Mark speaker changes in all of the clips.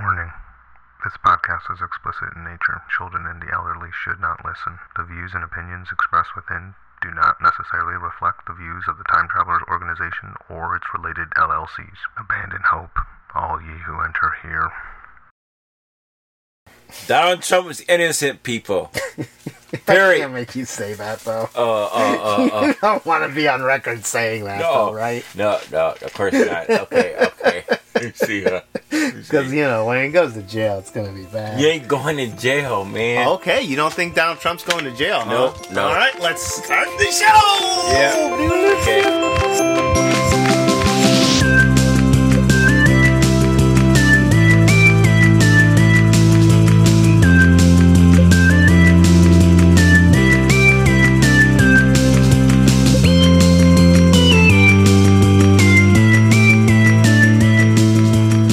Speaker 1: Warning. This podcast is explicit in nature. Children and the elderly should not listen. The views and opinions expressed within do not necessarily reflect the views of the Time Travelers Organization or its related LLCs. Abandon hope, all ye who enter here.
Speaker 2: Donald Trump is innocent, people.
Speaker 3: I
Speaker 2: Very.
Speaker 3: can't make you say that though.
Speaker 2: Uh, uh, uh, uh.
Speaker 3: You don't want to be on record saying that,
Speaker 2: No.
Speaker 3: though, right?
Speaker 2: No, no, of course not. Okay, okay. You see, uh, you
Speaker 3: Because
Speaker 2: see.
Speaker 3: you know when he goes to jail, it's gonna be bad.
Speaker 2: You ain't going to jail, man.
Speaker 3: Okay, you don't think Donald Trump's going to jail?
Speaker 2: No,
Speaker 3: huh?
Speaker 2: no.
Speaker 3: All right, let's start the show.
Speaker 2: Yeah. Okay.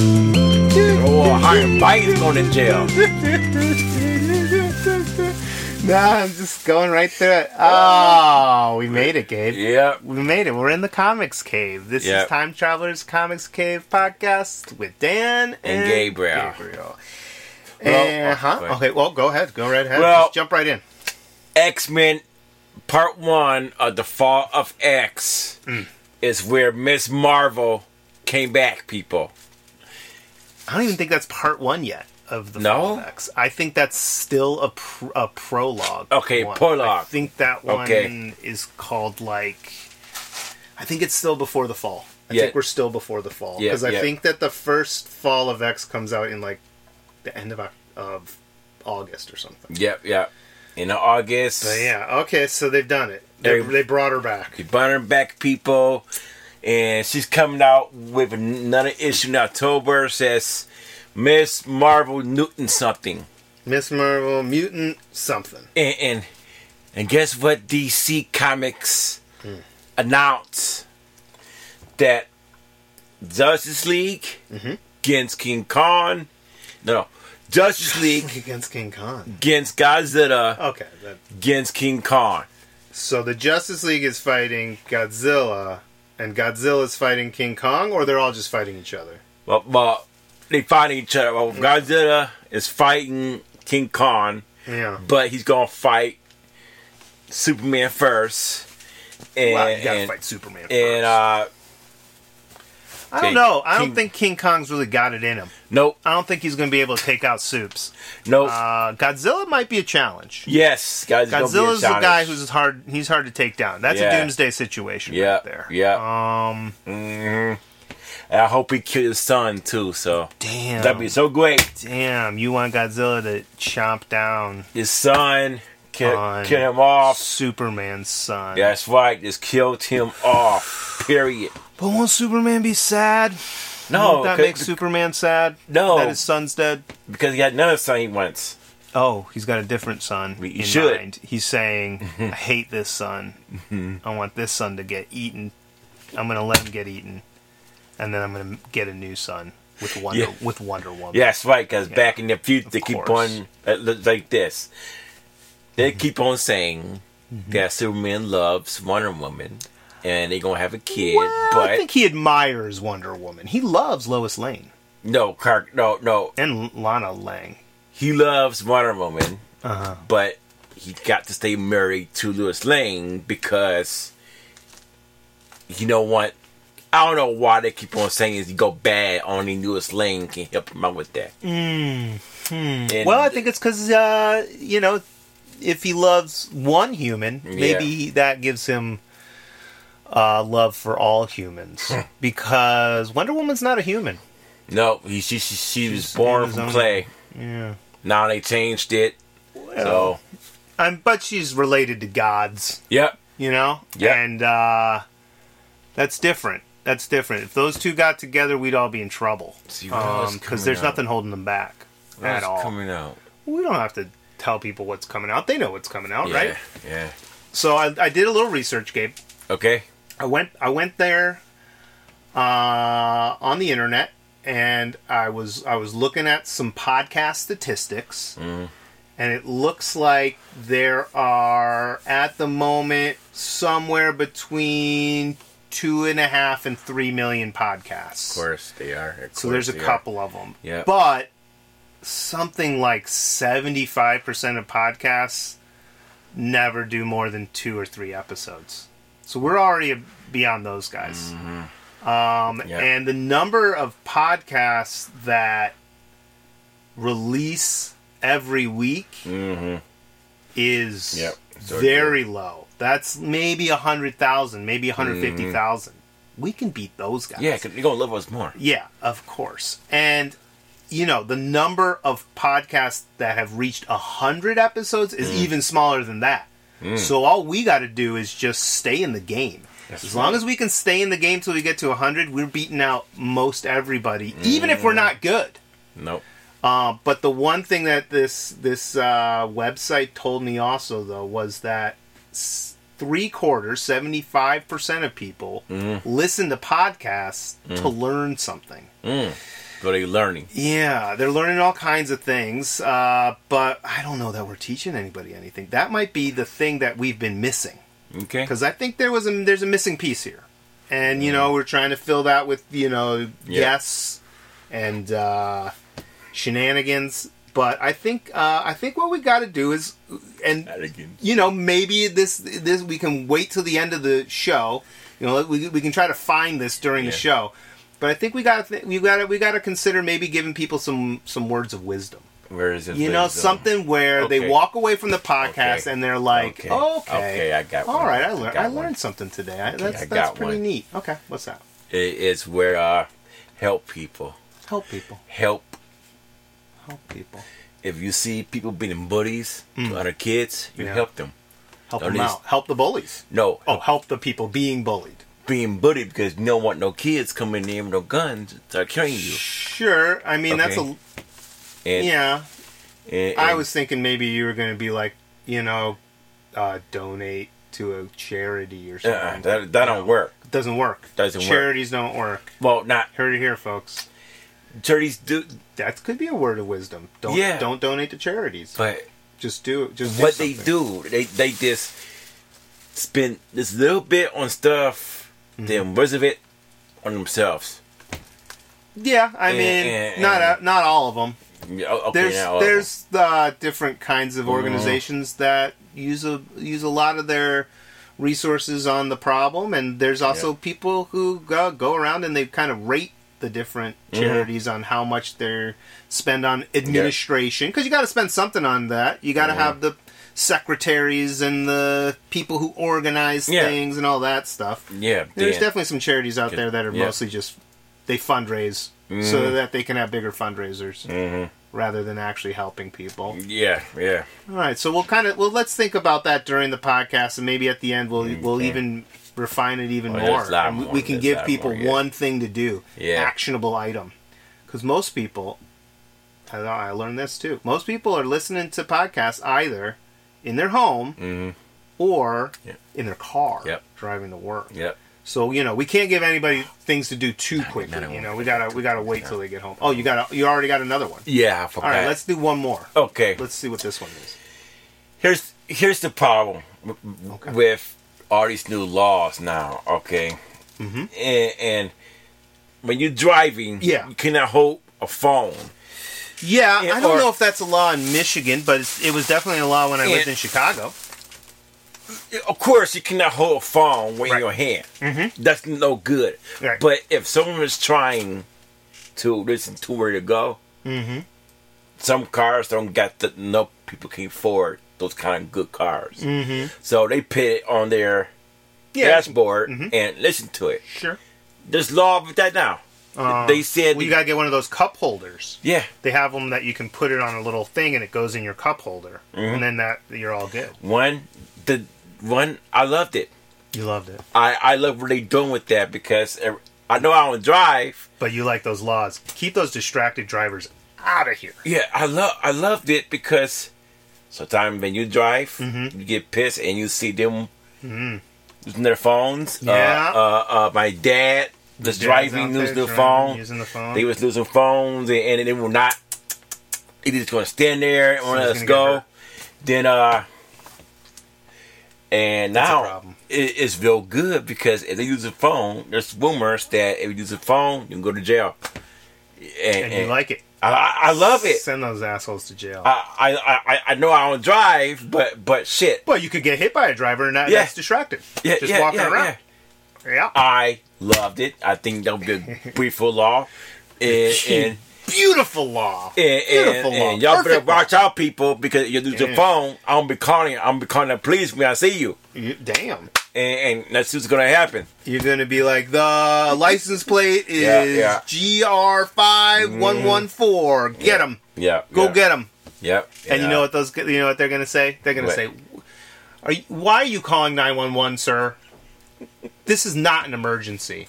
Speaker 2: Oh, Hunter Biden's going to jail.
Speaker 3: No, I'm just going right through it. Oh, we made it, Gabe.
Speaker 2: Yep.
Speaker 3: We made it. We're in the comics cave. This
Speaker 2: Yep.
Speaker 3: is Time Travelers Comics Cave podcast with Dan and,
Speaker 2: Gabriel.
Speaker 3: Gabriel.
Speaker 2: Well,
Speaker 3: Uh, huh?
Speaker 2: wait.
Speaker 3: Okay, well, go ahead. Go right ahead.
Speaker 2: Well-
Speaker 3: just jump right in.
Speaker 2: X Men Part One of the Fall of X is where Miss Marvel came back, people.
Speaker 3: I don't even think that's part one yet of the
Speaker 2: No?
Speaker 3: Fall of X. I think that's still a pr- a prologue.
Speaker 2: Okay,
Speaker 3: one.
Speaker 2: prologue.
Speaker 3: I think that one
Speaker 2: Okay.
Speaker 3: is called like. I think it's still before the fall. I
Speaker 2: Yeah.
Speaker 3: think we're still before the fall
Speaker 2: Yeah,
Speaker 3: because I
Speaker 2: yeah.
Speaker 3: think that the first Fall of X comes out in like the end of Oc- of August or something.
Speaker 2: Yep, yep. In August,
Speaker 3: But Oh, yeah, okay, so they've done it. They,
Speaker 2: They-
Speaker 3: they brought her back.
Speaker 2: you burn her back, people, and she's coming out with another issue in October. Says Miss Marvel Newton something,
Speaker 3: Miss Marvel, mutant, something.
Speaker 2: and and, and guess what? DC Comics
Speaker 3: Hmm.
Speaker 2: announced that Justice League
Speaker 3: Mm-hmm.
Speaker 2: against King Khan. No, Justice League
Speaker 3: Against King Khan.
Speaker 2: against Godzilla
Speaker 3: Okay, that,
Speaker 2: against King Khan.
Speaker 3: So the Justice League is fighting Godzilla, and Godzilla's fighting King Kong, or they're all just fighting each other.
Speaker 2: Well, well they fight each other. Well,
Speaker 3: Mm-hmm.
Speaker 2: Godzilla is fighting King Kong,
Speaker 3: Yeah.
Speaker 2: but he's gonna fight Superman first. And,
Speaker 3: Well, you gotta
Speaker 2: and,
Speaker 3: fight Superman.
Speaker 2: and,
Speaker 3: first.
Speaker 2: uh,
Speaker 3: I don't
Speaker 2: King-
Speaker 3: know. I don't
Speaker 2: King-
Speaker 3: think King Kong's really got it in him.
Speaker 2: nope,
Speaker 3: I don't think he's gonna be able to take out Supes.
Speaker 2: nope.
Speaker 3: Uh, Godzilla might be a challenge.
Speaker 2: yes, guys. gonna
Speaker 3: Godzilla's the
Speaker 2: be a
Speaker 3: guy
Speaker 2: challenge.
Speaker 3: who's hard. He's hard to take down. That's
Speaker 2: Yeah.
Speaker 3: a doomsday situation
Speaker 2: Yeah,
Speaker 3: right there.
Speaker 2: yeah.
Speaker 3: Um.
Speaker 2: And Mm-hmm. I hope he killed his son too. So
Speaker 3: Damn.
Speaker 2: that'd be so great.
Speaker 3: damn. You want Godzilla to chomp down
Speaker 2: His son kill,
Speaker 3: On-
Speaker 2: kill him off.
Speaker 3: Superman's son?
Speaker 2: That's right. Just killed him off. Period.
Speaker 3: But won't Superman be sad?
Speaker 2: No,
Speaker 3: Won't that
Speaker 2: c-
Speaker 3: makes Superman sad?
Speaker 2: Oh, No.
Speaker 3: That his son's dead?
Speaker 2: because he had another son he wants.
Speaker 3: Oh, he's got a different son.
Speaker 2: We- you
Speaker 3: in
Speaker 2: should.
Speaker 3: Mind. He's saying, I hate this son.
Speaker 2: Mm-hmm.
Speaker 3: I want this son to get eaten. I'm going to let him get eaten. And then I'm going to get a new son with Wonder,
Speaker 2: Yeah.
Speaker 3: with Wonder Woman.
Speaker 2: Yeah, that's right. Because back in the future, they keep
Speaker 3: course. Mm-hmm.
Speaker 2: on uh, li- like this. They keep on saying that Superman loves Wonder Woman, and they're gonna have a kid.
Speaker 3: Well,
Speaker 2: but
Speaker 3: I think he admires Wonder Woman. He loves Lois Lane
Speaker 2: no, Clark, no, no.
Speaker 3: and Lana Lang.
Speaker 2: He loves Wonder Woman,
Speaker 3: Uh-huh.
Speaker 2: but he got to stay married to Lewis Lane because you know what? I don't know why they keep on saying is you go bad. Only Lewis Lane can help him out with that. Mm-hmm. And-
Speaker 3: Well, I think it's because uh, you know, if he loves one human, maybe
Speaker 2: Yeah.
Speaker 3: he- that gives him uh, love for all humans.
Speaker 2: Hmm.
Speaker 3: because Wonder Woman's not a human.
Speaker 2: no, he, she, she, she was
Speaker 3: She's
Speaker 2: born
Speaker 3: in
Speaker 2: from
Speaker 3: his own-
Speaker 2: clay.
Speaker 3: Yeah.
Speaker 2: Now they changed it. So,
Speaker 3: Um, but she's related to gods,
Speaker 2: yep.
Speaker 3: you know,
Speaker 2: Yeah.
Speaker 3: and uh, that's different. That's different. If those two got together, we'd all be in trouble
Speaker 2: See, what else
Speaker 3: because
Speaker 2: coming
Speaker 3: Um, there's
Speaker 2: out?
Speaker 3: nothing holding them back at
Speaker 2: It's
Speaker 3: all.
Speaker 2: coming out.
Speaker 3: We don't have to tell people what's coming out; they know what's coming out,
Speaker 2: Yeah,
Speaker 3: right?
Speaker 2: Yeah.
Speaker 3: So I, I did a little research, Gabe.
Speaker 2: Okay.
Speaker 3: I went I went there uh, on the internet and I was I was looking at some podcast statistics and it looks like there are at the moment somewhere between two and a half and three million podcasts.
Speaker 2: Of course they are. Of
Speaker 3: So
Speaker 2: course
Speaker 3: there's a
Speaker 2: they are.
Speaker 3: couple of them.
Speaker 2: Yeah.
Speaker 3: But something like 75% of podcasts never do more than two or three episodes. So we're already beyond those guys. Um,
Speaker 2: Mm-hmm. Yeah.
Speaker 3: And the number of podcasts that release every week is
Speaker 2: Mm-hmm. Yep. So
Speaker 3: very low. That's maybe 100,000, maybe 150,000. We can beat those guys.
Speaker 2: Mm-hmm. Yeah, 'cause you're gonna love us more.
Speaker 3: Yeah, of course. And you know, the number of podcasts that have reached a hundred episodes is even smaller than that. So all we got to do is just stay in the game. as long as we can stay in the game till we get to a hundred, we're beating out most everybody, even if we're not good.
Speaker 2: Nope.
Speaker 3: Uh, but the one thing that this this uh, website told me also though was that s- three quarters, seventy five percent of people listen to podcasts to learn something.
Speaker 2: But they're learning.
Speaker 3: Yeah, they're learning all kinds of things, uh, but I don't know that we're teaching anybody anything. That might be the thing that we've been missing
Speaker 2: Okay.
Speaker 3: because I think there was a there's a missing piece here, and you know we're trying to fill that with you know
Speaker 2: Yeah.
Speaker 3: guests and uh, shenanigans. But I think uh, I think what we got to do is, and
Speaker 2: Shenanigans.
Speaker 3: you know maybe this this we can wait till the end of the show. You know we, we can try to find this during
Speaker 2: Yeah.
Speaker 3: the show, but I think we got to th- we got to we got to consider maybe giving people some some words of wisdom.
Speaker 2: Where is it?
Speaker 3: You know, something where they
Speaker 2: Okay.
Speaker 3: walk away from the podcast
Speaker 2: Okay.
Speaker 3: and they're like,
Speaker 2: Okay.
Speaker 3: okay,
Speaker 2: Okay, I got
Speaker 3: All
Speaker 2: one.
Speaker 3: right, I
Speaker 2: I
Speaker 3: learned.
Speaker 2: got
Speaker 3: I,
Speaker 2: one.
Speaker 3: learned something today. I, that's
Speaker 2: I
Speaker 3: that's
Speaker 2: got
Speaker 3: pretty
Speaker 2: one.
Speaker 3: neat. Okay, what's that?
Speaker 2: It is where uh, help people.
Speaker 3: Help people.
Speaker 2: Help.
Speaker 3: Help people.
Speaker 2: If you see people being bullies to other kids, you
Speaker 3: Mm. Yeah.
Speaker 2: help them.
Speaker 3: Help
Speaker 2: At
Speaker 3: them
Speaker 2: least-
Speaker 3: out. Help the bullies.
Speaker 2: No,
Speaker 3: Oh, help the people being bullied.
Speaker 2: being bullied because you don't want no kids coming in with no guns to start killing you.
Speaker 3: Sure. I mean, that's
Speaker 2: Okay.
Speaker 3: a
Speaker 2: And,
Speaker 3: yeah.
Speaker 2: and-
Speaker 3: I
Speaker 2: and-
Speaker 3: was thinking maybe you were going to be like, you know, uh, donate to a charity or something.
Speaker 2: uh-uh, that that don't work.
Speaker 3: It doesn't work.
Speaker 2: Doesn't work.
Speaker 3: Charities don't work.
Speaker 2: Well, not
Speaker 3: Heard it here, folks.
Speaker 2: charities do,
Speaker 3: That could be a word of wisdom. Don't
Speaker 2: Yeah.
Speaker 3: don't donate to charities.
Speaker 2: but
Speaker 3: just do it. Just do
Speaker 2: what they
Speaker 3: something.
Speaker 2: do, they they just spend this little bit on stuff,
Speaker 3: Mm-hmm.
Speaker 2: then reserve it on themselves.
Speaker 3: Yeah, I
Speaker 2: And-
Speaker 3: mean,
Speaker 2: and-
Speaker 3: not
Speaker 2: and-
Speaker 3: a, not all of them.
Speaker 2: Yeah, o- Okay,
Speaker 3: There's
Speaker 2: now, uh, Uh-huh.
Speaker 3: there's uh, different kinds of organizations that use a use a lot of their resources on the problem, and there's also
Speaker 2: Yeah.
Speaker 3: people who go, go around and they kind of rate the different
Speaker 2: Mm-hmm.
Speaker 3: charities on how much they spend on administration because you got to spend something on that. You got
Speaker 2: Mm-hmm.
Speaker 3: to have the secretaries and the people who organize
Speaker 2: Yeah.
Speaker 3: things and all that stuff.
Speaker 2: yeah,
Speaker 3: There's
Speaker 2: then-
Speaker 3: definitely some charities out there that are
Speaker 2: Yeah. Mm-hmm.
Speaker 3: mostly just they fundraise so that they can have bigger fundraisers rather than actually helping people.
Speaker 2: yeah, yeah.
Speaker 3: All right, so we'll kind of well let's think about that during the podcast, and maybe at the end we'll we'll even refine it even
Speaker 2: Oh, there's
Speaker 3: more.
Speaker 2: a lot
Speaker 3: And we-
Speaker 2: more,
Speaker 3: We can
Speaker 2: there's a
Speaker 3: give
Speaker 2: lot
Speaker 3: people
Speaker 2: more, yeah.
Speaker 3: one thing to do,
Speaker 2: Yeah.
Speaker 3: actionable item, because most people. I I learned this too. Most people are listening to podcasts either in their home or
Speaker 2: Mm-hmm. Yeah.
Speaker 3: in their car
Speaker 2: Yep.
Speaker 3: driving to work.
Speaker 2: Yep.
Speaker 3: So you know we can't give anybody things to do too
Speaker 2: another
Speaker 3: quickly. You
Speaker 2: one.
Speaker 3: know we gotta we gotta wait till they get home. Oh, you gotta you already got another one.
Speaker 2: Yeah, I forgot.
Speaker 3: All right, let's do one more.
Speaker 2: okay.
Speaker 3: Let's see what this one is.
Speaker 2: here's here's the problem w- w-
Speaker 3: Okay.
Speaker 2: with all these new laws now. Okay,
Speaker 3: Mm-hmm.
Speaker 2: and, and when you're driving,
Speaker 3: Yeah.
Speaker 2: you cannot hold a phone.
Speaker 3: Yeah,
Speaker 2: Yeah,
Speaker 3: I don't
Speaker 2: or-
Speaker 3: know if that's a law in Michigan, but it's, it was definitely a law when I lived
Speaker 2: Yeah.
Speaker 3: in Chicago.
Speaker 2: Of course, you cannot hold a phone with
Speaker 3: Right.
Speaker 2: your hand. Mm-hmm. That's no good.
Speaker 3: Right.
Speaker 2: But if someone is trying to listen to where to go,
Speaker 3: Mm-hmm.
Speaker 2: some cars don't got the no people can afford those kind of good cars. Mm-hmm. So they put it on their dashboard
Speaker 3: Mm-hmm.
Speaker 2: and listen to it.
Speaker 3: sure.
Speaker 2: There's law with that now. they said
Speaker 3: Uh, Well, you gotta get one of those cup holders.
Speaker 2: yeah.
Speaker 3: They have them that you can put it on a little thing, and it goes in your cup holder, and then that you're all good.
Speaker 2: One the one I loved it.
Speaker 3: You loved it,
Speaker 2: I I love what they doing with that because ev- I know I don't drive.
Speaker 3: but you like those laws. Keep those distracted drivers out of here.
Speaker 2: Yeah, I love I loved it because sometimes when you drive,
Speaker 3: Mm-hmm.
Speaker 2: you get pissed and you see them using their phones.
Speaker 3: Yeah.
Speaker 2: Uh, uh, uh, my dad was driving
Speaker 3: Dad's out
Speaker 2: using
Speaker 3: there
Speaker 2: the
Speaker 3: driving,
Speaker 2: phone.
Speaker 3: using the phone.
Speaker 2: They was losing phones and, and they will not. They just gonna stand there and won't let us
Speaker 3: Someone's gonna
Speaker 2: go. Then uh, and
Speaker 3: a
Speaker 2: now
Speaker 3: problem.
Speaker 2: it, it's real good because if they use a phone, there's rumors that if you use a phone, you can go to jail. And,
Speaker 3: and you like it.
Speaker 2: I, I- I love it. Uh,
Speaker 3: Send those assholes to jail.
Speaker 2: I, I, I, I know I don't drive, but but shit,
Speaker 3: well, you could get hit by a driver, and that,
Speaker 2: Yeah.
Speaker 3: that's distracting.
Speaker 2: yeah,
Speaker 3: just
Speaker 2: yeah,
Speaker 3: walking
Speaker 2: yeah,
Speaker 3: around.
Speaker 2: yeah. Uh,
Speaker 3: Yeah.
Speaker 2: I loved it. I think that'll be a beautiful law, and and
Speaker 3: beautiful law.
Speaker 2: and,
Speaker 3: beautiful
Speaker 2: and,
Speaker 3: law.
Speaker 2: and y'all better
Speaker 3: Perfect law.
Speaker 2: watch out, people, because you lose your
Speaker 3: Yeah.
Speaker 2: phone. I'm be calling. I'm be calling the police when I see you,
Speaker 3: You- damn.
Speaker 2: and, and that's what's gonna happen.
Speaker 3: You're gonna be like the license plate is
Speaker 2: Yeah, yeah. Mm.
Speaker 3: GR five one one four. Get them.
Speaker 2: Yeah,
Speaker 3: Go
Speaker 2: yeah,
Speaker 3: get them.
Speaker 2: Yep.
Speaker 3: And you know what those? You know what they're gonna say? They're gonna
Speaker 2: What?
Speaker 3: say, "Are you, why are you calling nine one one, sir? This is not an emergency."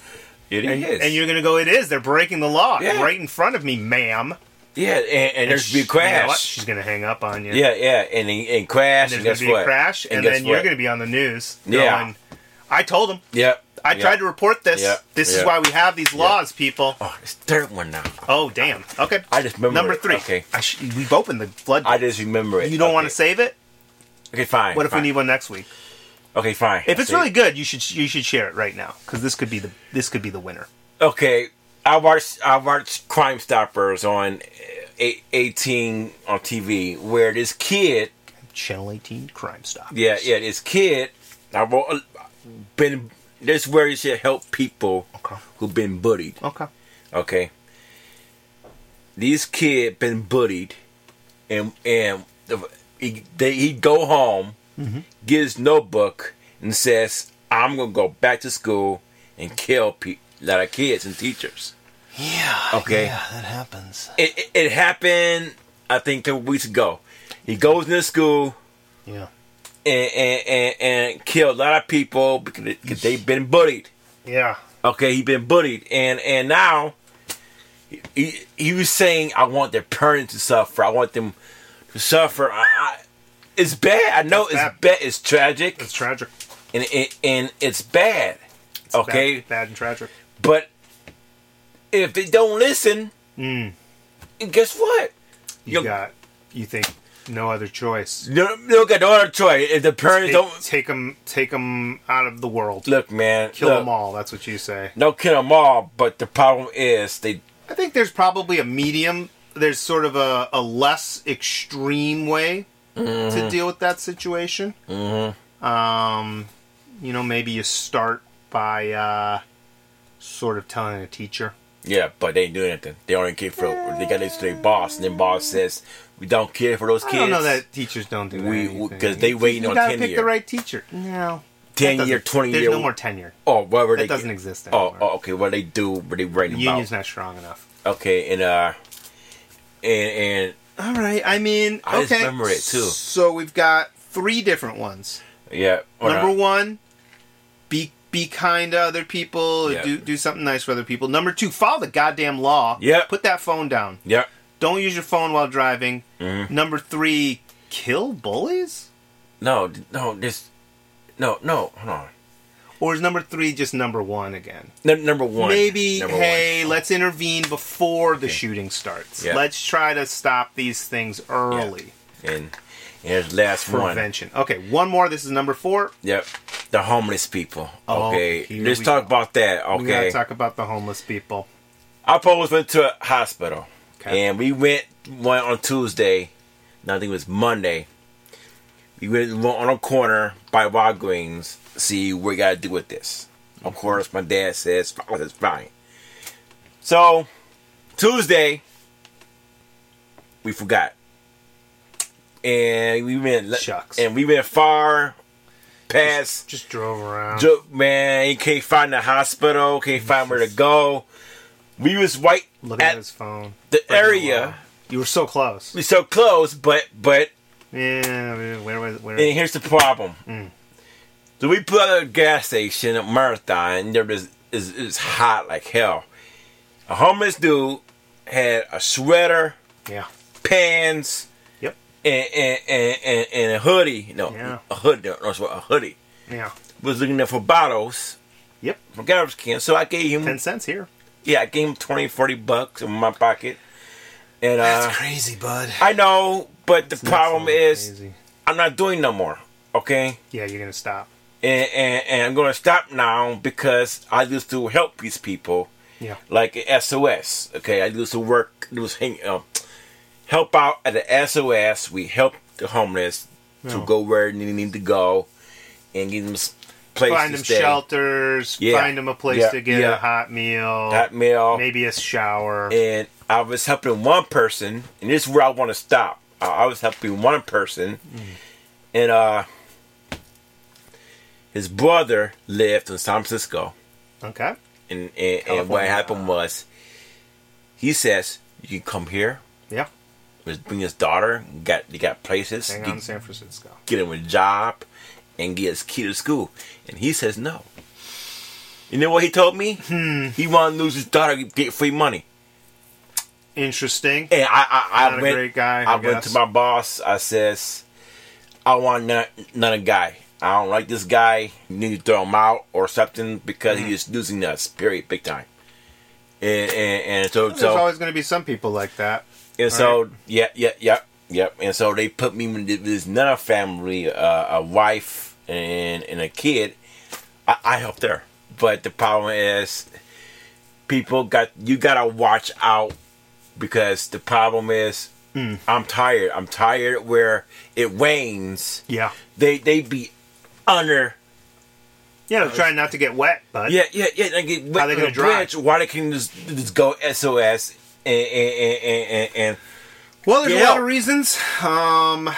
Speaker 2: It
Speaker 3: And,
Speaker 2: is.
Speaker 3: and you're gonna go, "It is. They're breaking the law
Speaker 2: Yeah.
Speaker 3: right in front of me, ma'am."
Speaker 2: yeah, and, and there's be a
Speaker 3: Sh- you know what?
Speaker 2: crash.
Speaker 3: She's gonna hang up on you.
Speaker 2: Yeah, yeah, and and, and crash.
Speaker 3: There's
Speaker 2: And,
Speaker 3: gonna
Speaker 2: guess
Speaker 3: be
Speaker 2: what?
Speaker 3: a crash, and,
Speaker 2: guess
Speaker 3: then you're
Speaker 2: what?
Speaker 3: gonna be on the news.
Speaker 2: Yeah.
Speaker 3: Going, I told them.
Speaker 2: Yep.
Speaker 3: I
Speaker 2: yep.
Speaker 3: tried to report this.
Speaker 2: Yeah.
Speaker 3: This
Speaker 2: Yeah.
Speaker 3: is why we have these laws, people.
Speaker 2: Oh, it's third one now.
Speaker 3: Oh, damn. Okay.
Speaker 2: I just remember
Speaker 3: Number
Speaker 2: it.
Speaker 3: three.
Speaker 2: Okay.
Speaker 3: I sh- we've opened the flood.
Speaker 2: I just remember it.
Speaker 3: you don't
Speaker 2: okay.
Speaker 3: want to save it?
Speaker 2: Okay, fine.
Speaker 3: What if
Speaker 2: fine.
Speaker 3: we need one next week?
Speaker 2: Okay, fine.
Speaker 3: If it's
Speaker 2: Okay.
Speaker 3: really good, you should you should share it right now because this could be the this could be the winner.
Speaker 2: okay, I watched I watched Crime Stoppers on eight- eighteen on TV where this kid,
Speaker 3: Channel 18 Crime Stop.
Speaker 2: yeah, yeah, this kid, I wrote, been this is where you should help people
Speaker 3: Okay.
Speaker 2: who've been bullied.
Speaker 3: Okay.
Speaker 2: Okay, these kid been bullied, and and the, he they, he go home, get his notebook, and says, "I'm gonna go back to school and kill pe- a lot of kids and teachers."
Speaker 3: Yeah.
Speaker 2: Okay.
Speaker 3: Yeah, that happens.
Speaker 2: it, it, it happened I think two weeks ago. He goes into school
Speaker 3: Yeah.
Speaker 2: and and, and, and killed a lot of people because they- because they've been bullied.
Speaker 3: Yeah.
Speaker 2: Okay, he been bullied and and now he, he was saying I want their parents to suffer. I want them to suffer. I, I, it's bad. I know it's,
Speaker 3: It's bad.
Speaker 2: bad. It's tragic
Speaker 3: It's tragic.
Speaker 2: and it, and it's bad. okay,
Speaker 3: Bad, bad and tragic.
Speaker 2: but if they don't listen, guess what?
Speaker 3: Mm. You
Speaker 2: You'll-
Speaker 3: got, you think, no other choice.
Speaker 2: No, look at other choice. If the parents
Speaker 3: Take,
Speaker 2: don't
Speaker 3: take, them, take 'em out of the world.
Speaker 2: look, man,
Speaker 3: Kill
Speaker 2: look,
Speaker 3: them all. That's what you say.
Speaker 2: No, kill them all. But the problem is they.
Speaker 3: I think there's probably a medium. There's sort of a, a less extreme way to
Speaker 2: Mm-hmm.
Speaker 3: deal with that situation. Mm-hmm. Um, you know, maybe you start by uh, sort of telling a teacher.
Speaker 2: Yeah, but they ain't doing anything. They only care for. They got this to their boss, and their boss says, "We don't care for those kids."
Speaker 3: I don't know that teachers don't do
Speaker 2: We-
Speaker 3: that.
Speaker 2: because they waiting
Speaker 3: you
Speaker 2: on
Speaker 3: gotta
Speaker 2: tenure.
Speaker 3: pick the right teacher. No,
Speaker 2: Ten
Speaker 3: Doesn't-
Speaker 2: year, twenty
Speaker 3: There's
Speaker 2: year.
Speaker 3: no more tenure.
Speaker 2: Oh, whatever
Speaker 3: That
Speaker 2: they
Speaker 3: doesn't
Speaker 2: get-
Speaker 3: exist
Speaker 2: Oh,
Speaker 3: anymore.
Speaker 2: oh, okay. What they do? What they
Speaker 3: The
Speaker 2: writing
Speaker 3: union's
Speaker 2: about?
Speaker 3: not strong enough.
Speaker 2: Okay, and uh, and
Speaker 3: All right. I mean,
Speaker 2: I just
Speaker 3: okay.
Speaker 2: remember it, too.
Speaker 3: So we've got three different ones.
Speaker 2: and yeah. or
Speaker 3: Number
Speaker 2: not.
Speaker 3: one, be be kind to other people.
Speaker 2: Yeah.
Speaker 3: Do do something nice for other people. Number two, follow the goddamn law.
Speaker 2: Yep.
Speaker 3: Put that phone down.
Speaker 2: Yep.
Speaker 3: Don't use your phone while driving.
Speaker 2: Mm-hmm.
Speaker 3: Number three, kill bullies.
Speaker 2: No, no, this. No, no. Hold on.
Speaker 3: Or is number three just number one again?
Speaker 2: N- number one.
Speaker 3: Maybe,
Speaker 2: Number one.
Speaker 3: hey, let's intervene before the shooting starts.
Speaker 2: Yeah.
Speaker 3: Let's try to stop these things early.
Speaker 2: And and his last one.
Speaker 3: Prevention. Okay, one more. This is number four.
Speaker 2: Yep. The homeless people.
Speaker 3: Oh,
Speaker 2: Okay.
Speaker 3: here
Speaker 2: Let's
Speaker 3: we
Speaker 2: talk
Speaker 3: go.
Speaker 2: about that.
Speaker 3: We gotta
Speaker 2: Okay.
Speaker 3: talk about the homeless people.
Speaker 2: I always went to a hospital.
Speaker 3: Okay.
Speaker 2: And we went one on Tuesday. No, I think it was Monday. We went on a corner by Walgreens. See what we gotta do with this. Of
Speaker 3: Mm-hmm.
Speaker 2: course my dad says oh, that's fine. So Tuesday we forgot. And we went
Speaker 3: Shucks.
Speaker 2: and we went far past
Speaker 3: Just drove around.
Speaker 2: Ju- man, you can't find the hospital, can't find where to go. We was white
Speaker 3: Looking at,
Speaker 2: at
Speaker 3: his phone.
Speaker 2: the
Speaker 3: Right
Speaker 2: area.
Speaker 3: along. You were so close.
Speaker 2: We so close, but but
Speaker 3: Yeah, where was where?
Speaker 2: and here's the problem.
Speaker 3: Mm.
Speaker 2: So we put out a gas station at Marathon, and there was is is hot like hell. A homeless dude had a sweater,
Speaker 3: Yeah.
Speaker 2: pants,
Speaker 3: Yep.
Speaker 2: and and and, and, and a hoodie. No,
Speaker 3: Yeah.
Speaker 2: a hood. No, no, sorry, a hoodie.
Speaker 3: Yeah.
Speaker 2: Was looking there for bottles
Speaker 3: Yep.
Speaker 2: from garbage cans, so I gave him
Speaker 3: Ten cents here.
Speaker 2: Yeah, I gave him 20, 40 bucks in my pocket. And uh,
Speaker 3: crazy, bud.
Speaker 2: I know, but the problem is
Speaker 3: Crazy.
Speaker 2: I'm not doing no more. Okay?
Speaker 3: Yeah, you're gonna stop.
Speaker 2: And, and, and I'm going to stop now because I used to help these people.
Speaker 3: Yeah.
Speaker 2: like a SOS. Okay, I used to work, it was hang, um, help out at the SOS. We help the homeless
Speaker 3: Yeah.
Speaker 2: to go where they need to go and give them s- place
Speaker 3: Find
Speaker 2: to
Speaker 3: them
Speaker 2: stay.
Speaker 3: shelters.
Speaker 2: Yeah.
Speaker 3: Find them a place
Speaker 2: Yeah,
Speaker 3: to get
Speaker 2: yeah.
Speaker 3: a hot meal.
Speaker 2: hot meal,
Speaker 3: Maybe a shower.
Speaker 2: and I was helping one person, and this is where I want to stop. I I was helping one person,
Speaker 3: Mm-hmm.
Speaker 2: and uh, his brother lived in San Francisco,
Speaker 3: okay.
Speaker 2: and and, and what
Speaker 3: California.
Speaker 2: happened was, he says you can come here,
Speaker 3: Yeah.
Speaker 2: was bring his daughter, got you got places,
Speaker 3: Hang on,
Speaker 2: get,
Speaker 3: San Francisco.
Speaker 2: get him a job, and get his kid to school, and he says no. You know what he told me?
Speaker 3: Hmm.
Speaker 2: He want to lose his daughter, to get free money.
Speaker 3: Interesting.
Speaker 2: And I, I, I
Speaker 3: Not a
Speaker 2: went,
Speaker 3: great guy, I
Speaker 2: I, went
Speaker 3: guess.
Speaker 2: to my boss. I says, I want not, not a guy. I don't like this guy. You need to throw him out or something because
Speaker 3: Mm-hmm.
Speaker 2: he is losing us. Period, big time. And and, and so
Speaker 3: There's
Speaker 2: so
Speaker 3: always going to be some people like that.
Speaker 2: and
Speaker 3: all
Speaker 2: so yeah yeah yeah yep. And so they put me with this another family, uh, a wife and and a kid. I, I helped her, but the problem is people got you gotta watch out because the problem is
Speaker 3: Hmm.
Speaker 2: I'm tired. I'm tired where it rains.
Speaker 3: Yeah.
Speaker 2: They they be under.
Speaker 3: Yeah,
Speaker 2: Uh,
Speaker 3: they're trying not to get wet, but
Speaker 2: Yeah, yeah, yeah. Like it,
Speaker 3: How they gonna drive?
Speaker 2: bridge, Why they can just, just go SOS and and and and, and
Speaker 3: Well, there's
Speaker 2: Yeah.
Speaker 3: a lot of reasons. Um,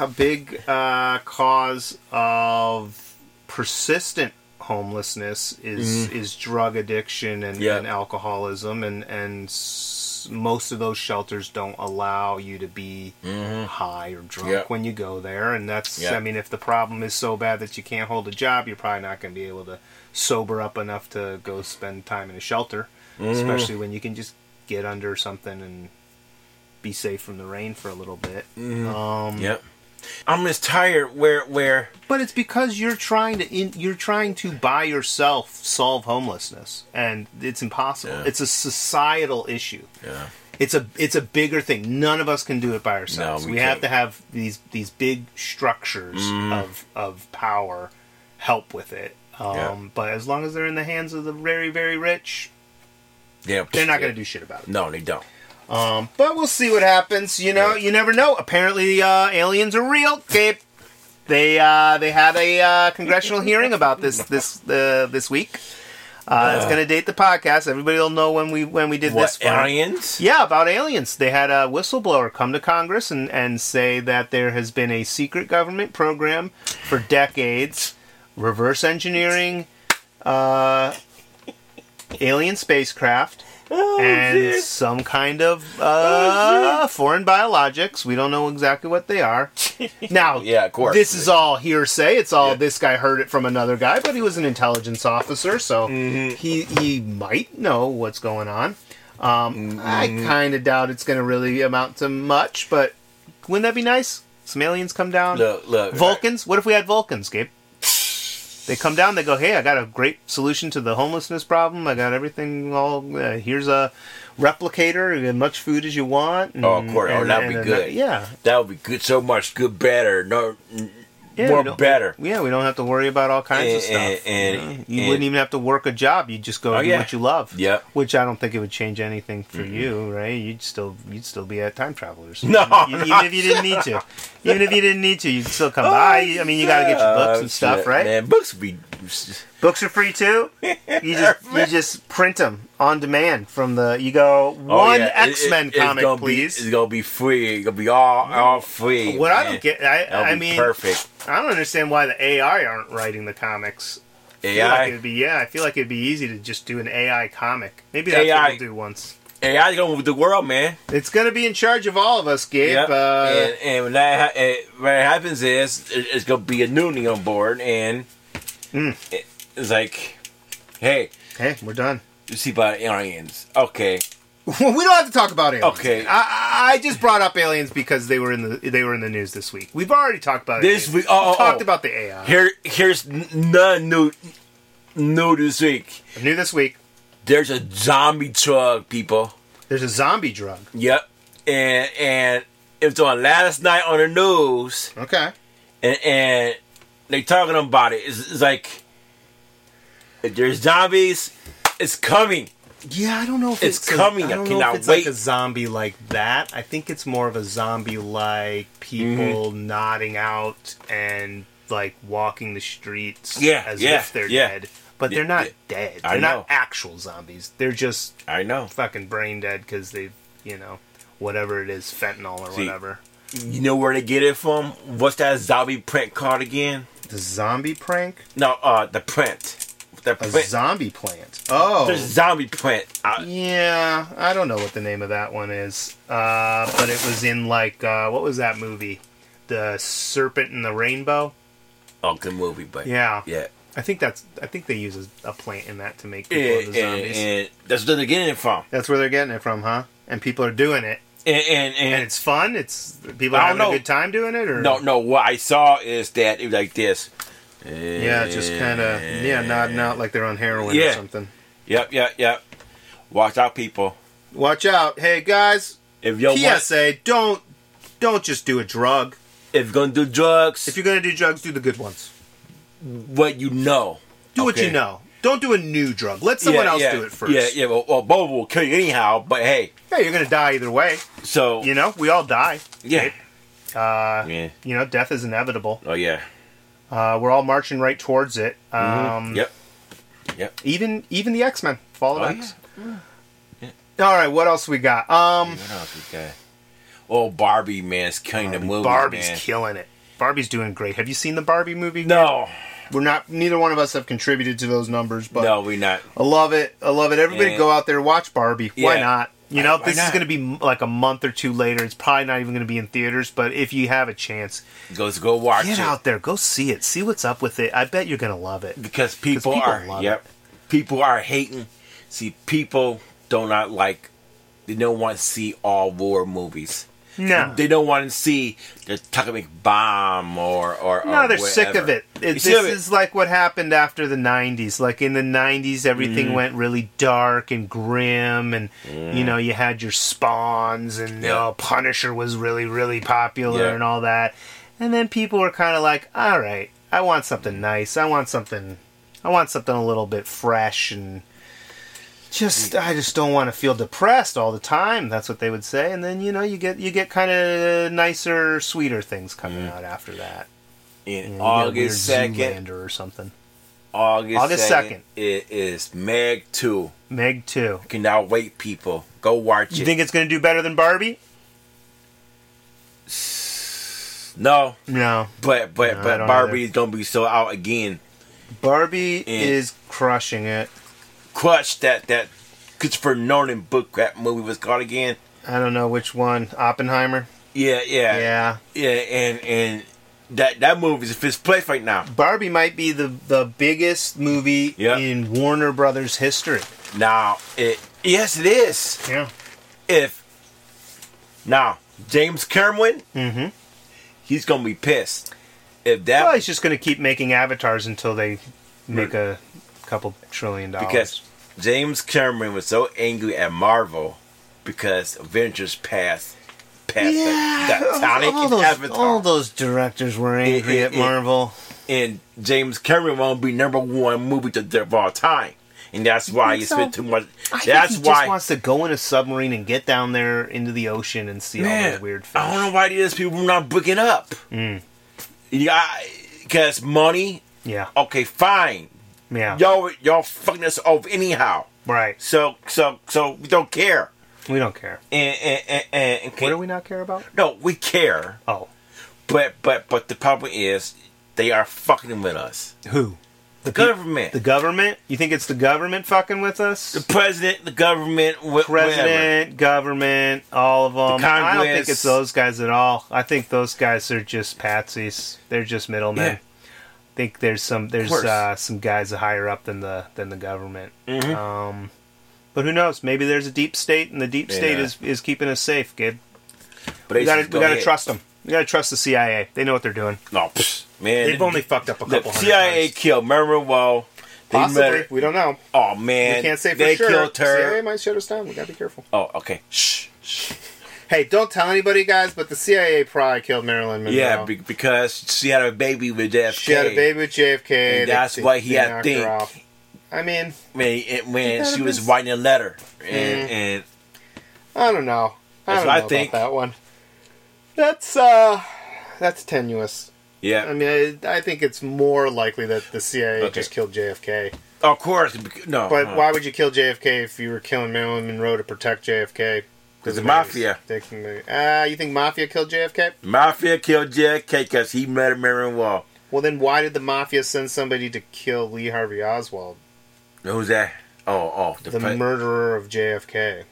Speaker 3: a big uh, cause of persistent homelessness is is drug addiction and,
Speaker 2: Mm-hmm. Yeah.
Speaker 3: and alcoholism, and and s- most of those shelters don't allow you to be high or drunk
Speaker 2: Mm-hmm. Yeah.
Speaker 3: when you go there. And that's,
Speaker 2: Yeah.
Speaker 3: I mean, if the problem is so bad that you can't hold a job, you're probably not going to be able to sober up enough to go spend time in a shelter,
Speaker 2: Mm-hmm.
Speaker 3: especially when you can just get under something and be safe from the rain for a little bit.
Speaker 2: Mm-hmm.
Speaker 3: Um,
Speaker 2: Yep. I'm just tired where where
Speaker 3: But it's because you're trying to in, you're trying to by yourself solve homelessness, and it's impossible.
Speaker 2: Yeah.
Speaker 3: It's a societal issue.
Speaker 2: Yeah.
Speaker 3: It's a it's a bigger thing. None of us can do it by ourselves.
Speaker 2: we
Speaker 3: we have
Speaker 2: can't. Mm-hmm.
Speaker 3: to have these these big structures of of power help with it. Um,
Speaker 2: Yeah.
Speaker 3: But as long as they're in the hands of the very very rich,
Speaker 2: yeah,
Speaker 3: they're not going to do shit about it.
Speaker 2: No, they don't.
Speaker 3: Um, but we'll see what happens. You know, you never know. Apparently, uh, aliens are real. Cape. They uh, they had a uh, congressional hearing about this this uh, this week. Uh, it's going to date the podcast. Everybody will know when we when we did
Speaker 2: What
Speaker 3: this. for-
Speaker 2: aliens?
Speaker 3: Yeah, about aliens. They had a whistleblower come to Congress and, and say that there has been a secret government program for decades, reverse engineering uh, alien spacecraft and some kind of uh, foreign biologics. We don't know exactly what they are. Now,
Speaker 2: Yeah, of course.
Speaker 3: This is all hearsay. It's all this guy heard it from another guy, but he was an intelligence officer, so
Speaker 2: Mm-hmm.
Speaker 3: he he might know what's going on. Um, I
Speaker 2: Mm-hmm.
Speaker 3: kind of doubt it's going to really amount to much, but wouldn't that be nice? Some aliens come down.
Speaker 2: Look, look.
Speaker 3: Vulcans? What if we had Vulcans, Gabe? They come down. They go, "Hey, I got a great solution to the homelessness problem. I got everything all. Uh, here's a replicator and as much food as you want." And,
Speaker 2: Oh, of course. Oh,
Speaker 3: and-
Speaker 2: that'd be
Speaker 3: and- uh,
Speaker 2: good.
Speaker 3: yeah,
Speaker 2: That would be good so much good better. No
Speaker 3: yeah.
Speaker 2: more
Speaker 3: we don't-
Speaker 2: better.
Speaker 3: Yeah, we don't have to worry about all kinds
Speaker 2: And-
Speaker 3: of stuff.
Speaker 2: and-
Speaker 3: you know?
Speaker 2: and-
Speaker 3: you
Speaker 2: and-
Speaker 3: wouldn't even have to work a job. You just go
Speaker 2: Oh,
Speaker 3: do
Speaker 2: yeah.
Speaker 3: what you love.
Speaker 2: Yep.
Speaker 3: Which I don't think it would change anything for you, right? You'd still you'd still be at time travelers.
Speaker 2: No,
Speaker 3: You- even if you didn't need to. Even if you didn't need to, you'd still come by. I mean, you got to get your books
Speaker 2: Oh,
Speaker 3: and stuff,
Speaker 2: shit,
Speaker 3: right?
Speaker 2: Man, books would be
Speaker 3: Books are free too. You just you just print them on demand from the. You go
Speaker 2: Oh,
Speaker 3: one
Speaker 2: yeah, it- it-
Speaker 3: X Men
Speaker 2: it's
Speaker 3: comic,
Speaker 2: gonna be-
Speaker 3: please.
Speaker 2: it's gonna be free. It's gonna be all all free.
Speaker 3: what
Speaker 2: man.
Speaker 3: I don't get, I,
Speaker 2: That'll
Speaker 3: I
Speaker 2: be
Speaker 3: mean,
Speaker 2: perfect.
Speaker 3: I don't understand why the AI aren't writing the comics. I feel like
Speaker 2: AI
Speaker 3: it'd be yeah. I feel like it'd be easy to just do an AI comic. Maybe that's
Speaker 2: AI.
Speaker 3: what we'll do once.
Speaker 2: AI gonna move the world, man.
Speaker 3: It's gonna be in charge of all of us, Gabe.
Speaker 2: Yep.
Speaker 3: Uh,
Speaker 2: and and when that ha- eh, what happens is it- it's gonna be a noonie on board, and it- it's like, hey,
Speaker 3: hey, we're done.
Speaker 2: you see about aliens? Okay,
Speaker 3: we don't have to talk about aliens.
Speaker 2: Okay.
Speaker 3: I- I, I just brought up aliens because they were in the they were in the news this week. We've already talked about
Speaker 2: This
Speaker 3: aliens.
Speaker 2: week- oh,
Speaker 3: We've
Speaker 2: oh,
Speaker 3: talked
Speaker 2: oh.
Speaker 3: about the AI.
Speaker 2: here here's n- none new new this week.
Speaker 3: New this week.
Speaker 2: There's a zombie truck, people.
Speaker 3: There's a zombie drug.
Speaker 2: Yep, and and it was on last night on the news,
Speaker 3: Okay.
Speaker 2: and and they talking about it. It's, it's like if there's zombies, it's coming.
Speaker 3: Yeah, I don't know if
Speaker 2: It's
Speaker 3: it's,
Speaker 2: coming.
Speaker 3: A,
Speaker 2: I
Speaker 3: I don't know
Speaker 2: cannot
Speaker 3: if it's
Speaker 2: wait.
Speaker 3: like a zombie like that. I think it's more of a zombie like people
Speaker 2: Mm-hmm.
Speaker 3: nodding out and like walking the streets
Speaker 2: Yeah,
Speaker 3: as
Speaker 2: yeah,
Speaker 3: if they're
Speaker 2: yeah.
Speaker 3: dead. But
Speaker 2: Yeah,
Speaker 3: they're not
Speaker 2: yeah.
Speaker 3: dead.
Speaker 2: I
Speaker 3: They're
Speaker 2: know.
Speaker 3: not actual zombies. They're just
Speaker 2: I know.
Speaker 3: fucking brain dead because they've, you know, whatever it is, fentanyl or
Speaker 2: See,
Speaker 3: whatever.
Speaker 2: You know where they get it from? What's that zombie print called again?
Speaker 3: The zombie prank?
Speaker 2: No, uh, the print. The
Speaker 3: A
Speaker 2: print.
Speaker 3: zombie plant. Oh.
Speaker 2: the zombie print. Uh,
Speaker 3: Yeah, I don't know what the name of that one is, uh, but it was in like uh, what was that movie, The Serpent and the Rainbow?
Speaker 2: oh, good movie, but
Speaker 3: Yeah,
Speaker 2: yeah.
Speaker 3: I think that's I think they use a, a plant in that to make people
Speaker 2: And,
Speaker 3: into zombies.
Speaker 2: and, and that's where they're getting it from.
Speaker 3: that's where they're getting it from, huh? And people are doing it,
Speaker 2: And and,
Speaker 3: and
Speaker 2: and
Speaker 3: it's fun. It's people
Speaker 2: I
Speaker 3: are
Speaker 2: don't
Speaker 3: having
Speaker 2: know.
Speaker 3: a good time doing it, or
Speaker 2: no, no. What I saw is that it was like this.
Speaker 3: yeah, just kind of yeah, nodding out like they're on heroin
Speaker 2: Yeah.
Speaker 3: or something.
Speaker 2: Yep, yep, yep. Watch out, people.
Speaker 3: Watch out, hey guys!
Speaker 2: If you're
Speaker 3: PSA: Don't don't just do a drug.
Speaker 2: if you're gonna do drugs,
Speaker 3: If you're gonna do drugs, do the good ones.
Speaker 2: what you know,
Speaker 3: Do what you
Speaker 2: Okay.
Speaker 3: know. Don't do a new drug. Let someone
Speaker 2: Yeah,
Speaker 3: else
Speaker 2: yeah,
Speaker 3: do it first.
Speaker 2: Yeah, yeah. Well, well, both will kill you anyhow. But hey,
Speaker 3: Yeah, you're gonna die either way.
Speaker 2: so
Speaker 3: You know, we all die.
Speaker 2: yeah,
Speaker 3: Uh,
Speaker 2: yeah.
Speaker 3: You know, death is inevitable.
Speaker 2: Oh yeah.
Speaker 3: Uh, we're all marching right towards it. Um,
Speaker 2: Mm-hmm. Yep. Yep.
Speaker 3: Even even the X Men, Fall of
Speaker 2: Oh,
Speaker 3: X. All right, what else we got? Um,
Speaker 2: What else we got? Oh, Barbie man's killing the movie.
Speaker 3: Barbie's
Speaker 2: Oh, man.
Speaker 3: killing it. Barbie's doing great. Have you seen the Barbie movie?
Speaker 2: No,
Speaker 3: We're not. Neither one of us have contributed to those numbers, but
Speaker 2: no, we're not.
Speaker 3: I love it. I love it. Everybody
Speaker 2: Yeah.
Speaker 3: go out there watch Barbie. Why
Speaker 2: Yeah.
Speaker 3: not? You know,
Speaker 2: Why
Speaker 3: this
Speaker 2: not?
Speaker 3: is going to be m- like a month or two later. It's probably not even going to be in theaters, but if you have a chance,
Speaker 2: Go go watch
Speaker 3: get
Speaker 2: it
Speaker 3: out there, go see it, see what's up with it. I bet you're going to love it.
Speaker 2: because people,
Speaker 3: people
Speaker 2: are
Speaker 3: love
Speaker 2: yep. People are hating. See, people do not like. They don't want to see all war movies.
Speaker 3: No,
Speaker 2: They don't want to see the atomic bomb or or.
Speaker 3: no,
Speaker 2: or
Speaker 3: they're sick of
Speaker 2: whatever.
Speaker 3: it. It-
Speaker 2: You
Speaker 3: this
Speaker 2: sick of it?
Speaker 3: is like what happened after the '90s. Like in the '90s, everything
Speaker 2: Mm.
Speaker 3: went really dark and grim, and you know, you had your spawns, and
Speaker 2: Yeah.
Speaker 3: uh, Punisher was really, really popular,
Speaker 2: Yeah.
Speaker 3: and all that. And then people were kind of like, "All right, I want something nice. I want something. I want something a little bit fresh and." Just, I just don't want to feel depressed all the time. That's what they would say, and then you know you get you get kind of nicer, sweeter things coming
Speaker 2: Mm.
Speaker 3: out after that.
Speaker 2: In
Speaker 3: Yeah, you get a
Speaker 2: August
Speaker 3: weird
Speaker 2: second,
Speaker 3: Zoolander or something.
Speaker 2: August
Speaker 3: August
Speaker 2: second,
Speaker 3: 2nd.
Speaker 2: it is Meg two.
Speaker 3: Meg too.
Speaker 2: Cannot wait, people. Go watch
Speaker 3: You
Speaker 2: it.
Speaker 3: think it's gonna do better than Barbie?
Speaker 2: no,
Speaker 3: No,
Speaker 2: but but
Speaker 3: No, I
Speaker 2: but
Speaker 3: don't
Speaker 2: Barbie is gonna be so out again.
Speaker 3: Barbie
Speaker 2: Yeah.
Speaker 3: is crushing it.
Speaker 2: Crush that that Christopher Nolan book that movie was called again.
Speaker 3: I don't know which one. Oppenheimer.
Speaker 2: Yeah, yeah,
Speaker 3: Yeah,
Speaker 2: yeah, and and that that movie is in fifth place right now.
Speaker 3: Barbie might be the the biggest movie
Speaker 2: Yeah.
Speaker 3: in Warner Brothers history.
Speaker 2: Now it yes it is.
Speaker 3: Yeah,
Speaker 2: If now James Cameron,
Speaker 3: Mhm.
Speaker 2: he's gonna be pissed if that
Speaker 3: well, he's just gonna keep making avatars until they make a couple trillion dollars.
Speaker 2: because James Cameron was so angry at Marvel because Avengers passed passed
Speaker 3: yeah,
Speaker 2: the, the Titanic
Speaker 3: all,
Speaker 2: and
Speaker 3: those,
Speaker 2: Avatar,
Speaker 3: all those directors were angry
Speaker 2: Yeah,
Speaker 3: at
Speaker 2: yeah, yeah.
Speaker 3: Marvel.
Speaker 2: and James Cameron won't be number one movie to of all time, and that's why
Speaker 3: think
Speaker 2: he spent
Speaker 3: so?
Speaker 2: too much.
Speaker 3: I
Speaker 2: that's
Speaker 3: think he
Speaker 2: why.
Speaker 3: just wants to go in a submarine and get down there into the ocean and see all
Speaker 2: Man,
Speaker 3: those
Speaker 2: I
Speaker 3: weird fish.
Speaker 2: don't know why these people are not booking up.
Speaker 3: Mm.
Speaker 2: Yeah, because money.
Speaker 3: Yeah,
Speaker 2: Okay, fine.
Speaker 3: yeah,
Speaker 2: Y'all, y'all fucking us off anyhow.
Speaker 3: right.
Speaker 2: So, so, so we don't care.
Speaker 3: We don't care.
Speaker 2: And and and, and, and
Speaker 3: What do we not care about?
Speaker 2: No, we care.
Speaker 3: Oh,
Speaker 2: But but but the problem is they are fucking with us.
Speaker 3: who?
Speaker 2: The government,
Speaker 3: The
Speaker 2: the,
Speaker 3: government? You think it's the government fucking with us? The
Speaker 2: president, the government, wh- whatever.
Speaker 3: president, government, all of them.
Speaker 2: The
Speaker 3: I don't think
Speaker 2: Congress.
Speaker 3: it's those guys at all. I think those guys are just patsies. They're just middlemen.
Speaker 2: Yeah.
Speaker 3: I think there's some there's
Speaker 2: course.
Speaker 3: uh, some guys higher up than the than the government.
Speaker 2: Mm-hmm.
Speaker 3: Um, but who knows? Maybe there's a deep state, and the deep state
Speaker 2: Yeah.
Speaker 3: is is keeping us safe, kid.
Speaker 2: But they
Speaker 3: We gotta,
Speaker 2: just
Speaker 3: we
Speaker 2: go
Speaker 3: gotta
Speaker 2: ahead.
Speaker 3: trust them. We gotta trust the CIA. They know what they're doing.
Speaker 2: No, pfft, man.
Speaker 3: They've
Speaker 2: the-
Speaker 3: only fucked up a
Speaker 2: the
Speaker 3: couple hundred
Speaker 2: CIA
Speaker 3: times.
Speaker 2: killed Murmur Wall. They
Speaker 3: Possibly.
Speaker 2: murdered-
Speaker 3: We don't know.
Speaker 2: Oh man,
Speaker 3: we can't say for
Speaker 2: they
Speaker 3: sure.
Speaker 2: killed her.
Speaker 3: CIA might shut us down. We gotta be careful.
Speaker 2: Oh, okay. Shh. shh.
Speaker 3: Hey, don't tell anybody, guys, but the CIA probably killed Marilyn Monroe.
Speaker 2: Yeah, be- because she had a baby with JFK.
Speaker 3: She had a baby with JFK.
Speaker 2: And that's
Speaker 3: they-
Speaker 2: why he
Speaker 3: they
Speaker 2: had
Speaker 3: knocked
Speaker 2: think
Speaker 3: her off. I mean,
Speaker 2: when, it- when
Speaker 3: gotta
Speaker 2: she
Speaker 3: be
Speaker 2: was
Speaker 3: s-
Speaker 2: writing a letter, and,
Speaker 3: Mm.
Speaker 2: and
Speaker 3: I don't know. I
Speaker 2: That's
Speaker 3: don't
Speaker 2: what I
Speaker 3: know
Speaker 2: think.
Speaker 3: about that one. That's uh, that's tenuous.
Speaker 2: yeah,
Speaker 3: I mean, I, I think it's more likely that the CIA
Speaker 2: Okay.
Speaker 3: just killed JFK.
Speaker 2: of course, bec- no,
Speaker 3: But
Speaker 2: uh,
Speaker 3: why would you kill JFK if you were killing Marilyn Monroe to protect JFK?
Speaker 2: 'Cause the
Speaker 3: Maybe
Speaker 2: mafia.
Speaker 3: they can make- Ah, you think mafia killed JFK?
Speaker 2: Mafia killed JFK because he murdered Marion Wall.
Speaker 3: Well, then why did the mafia send somebody to kill Lee Harvey Oswald,
Speaker 2: Who's that? Oh, oh, the,
Speaker 3: the
Speaker 2: pre-
Speaker 3: murderer of JFK?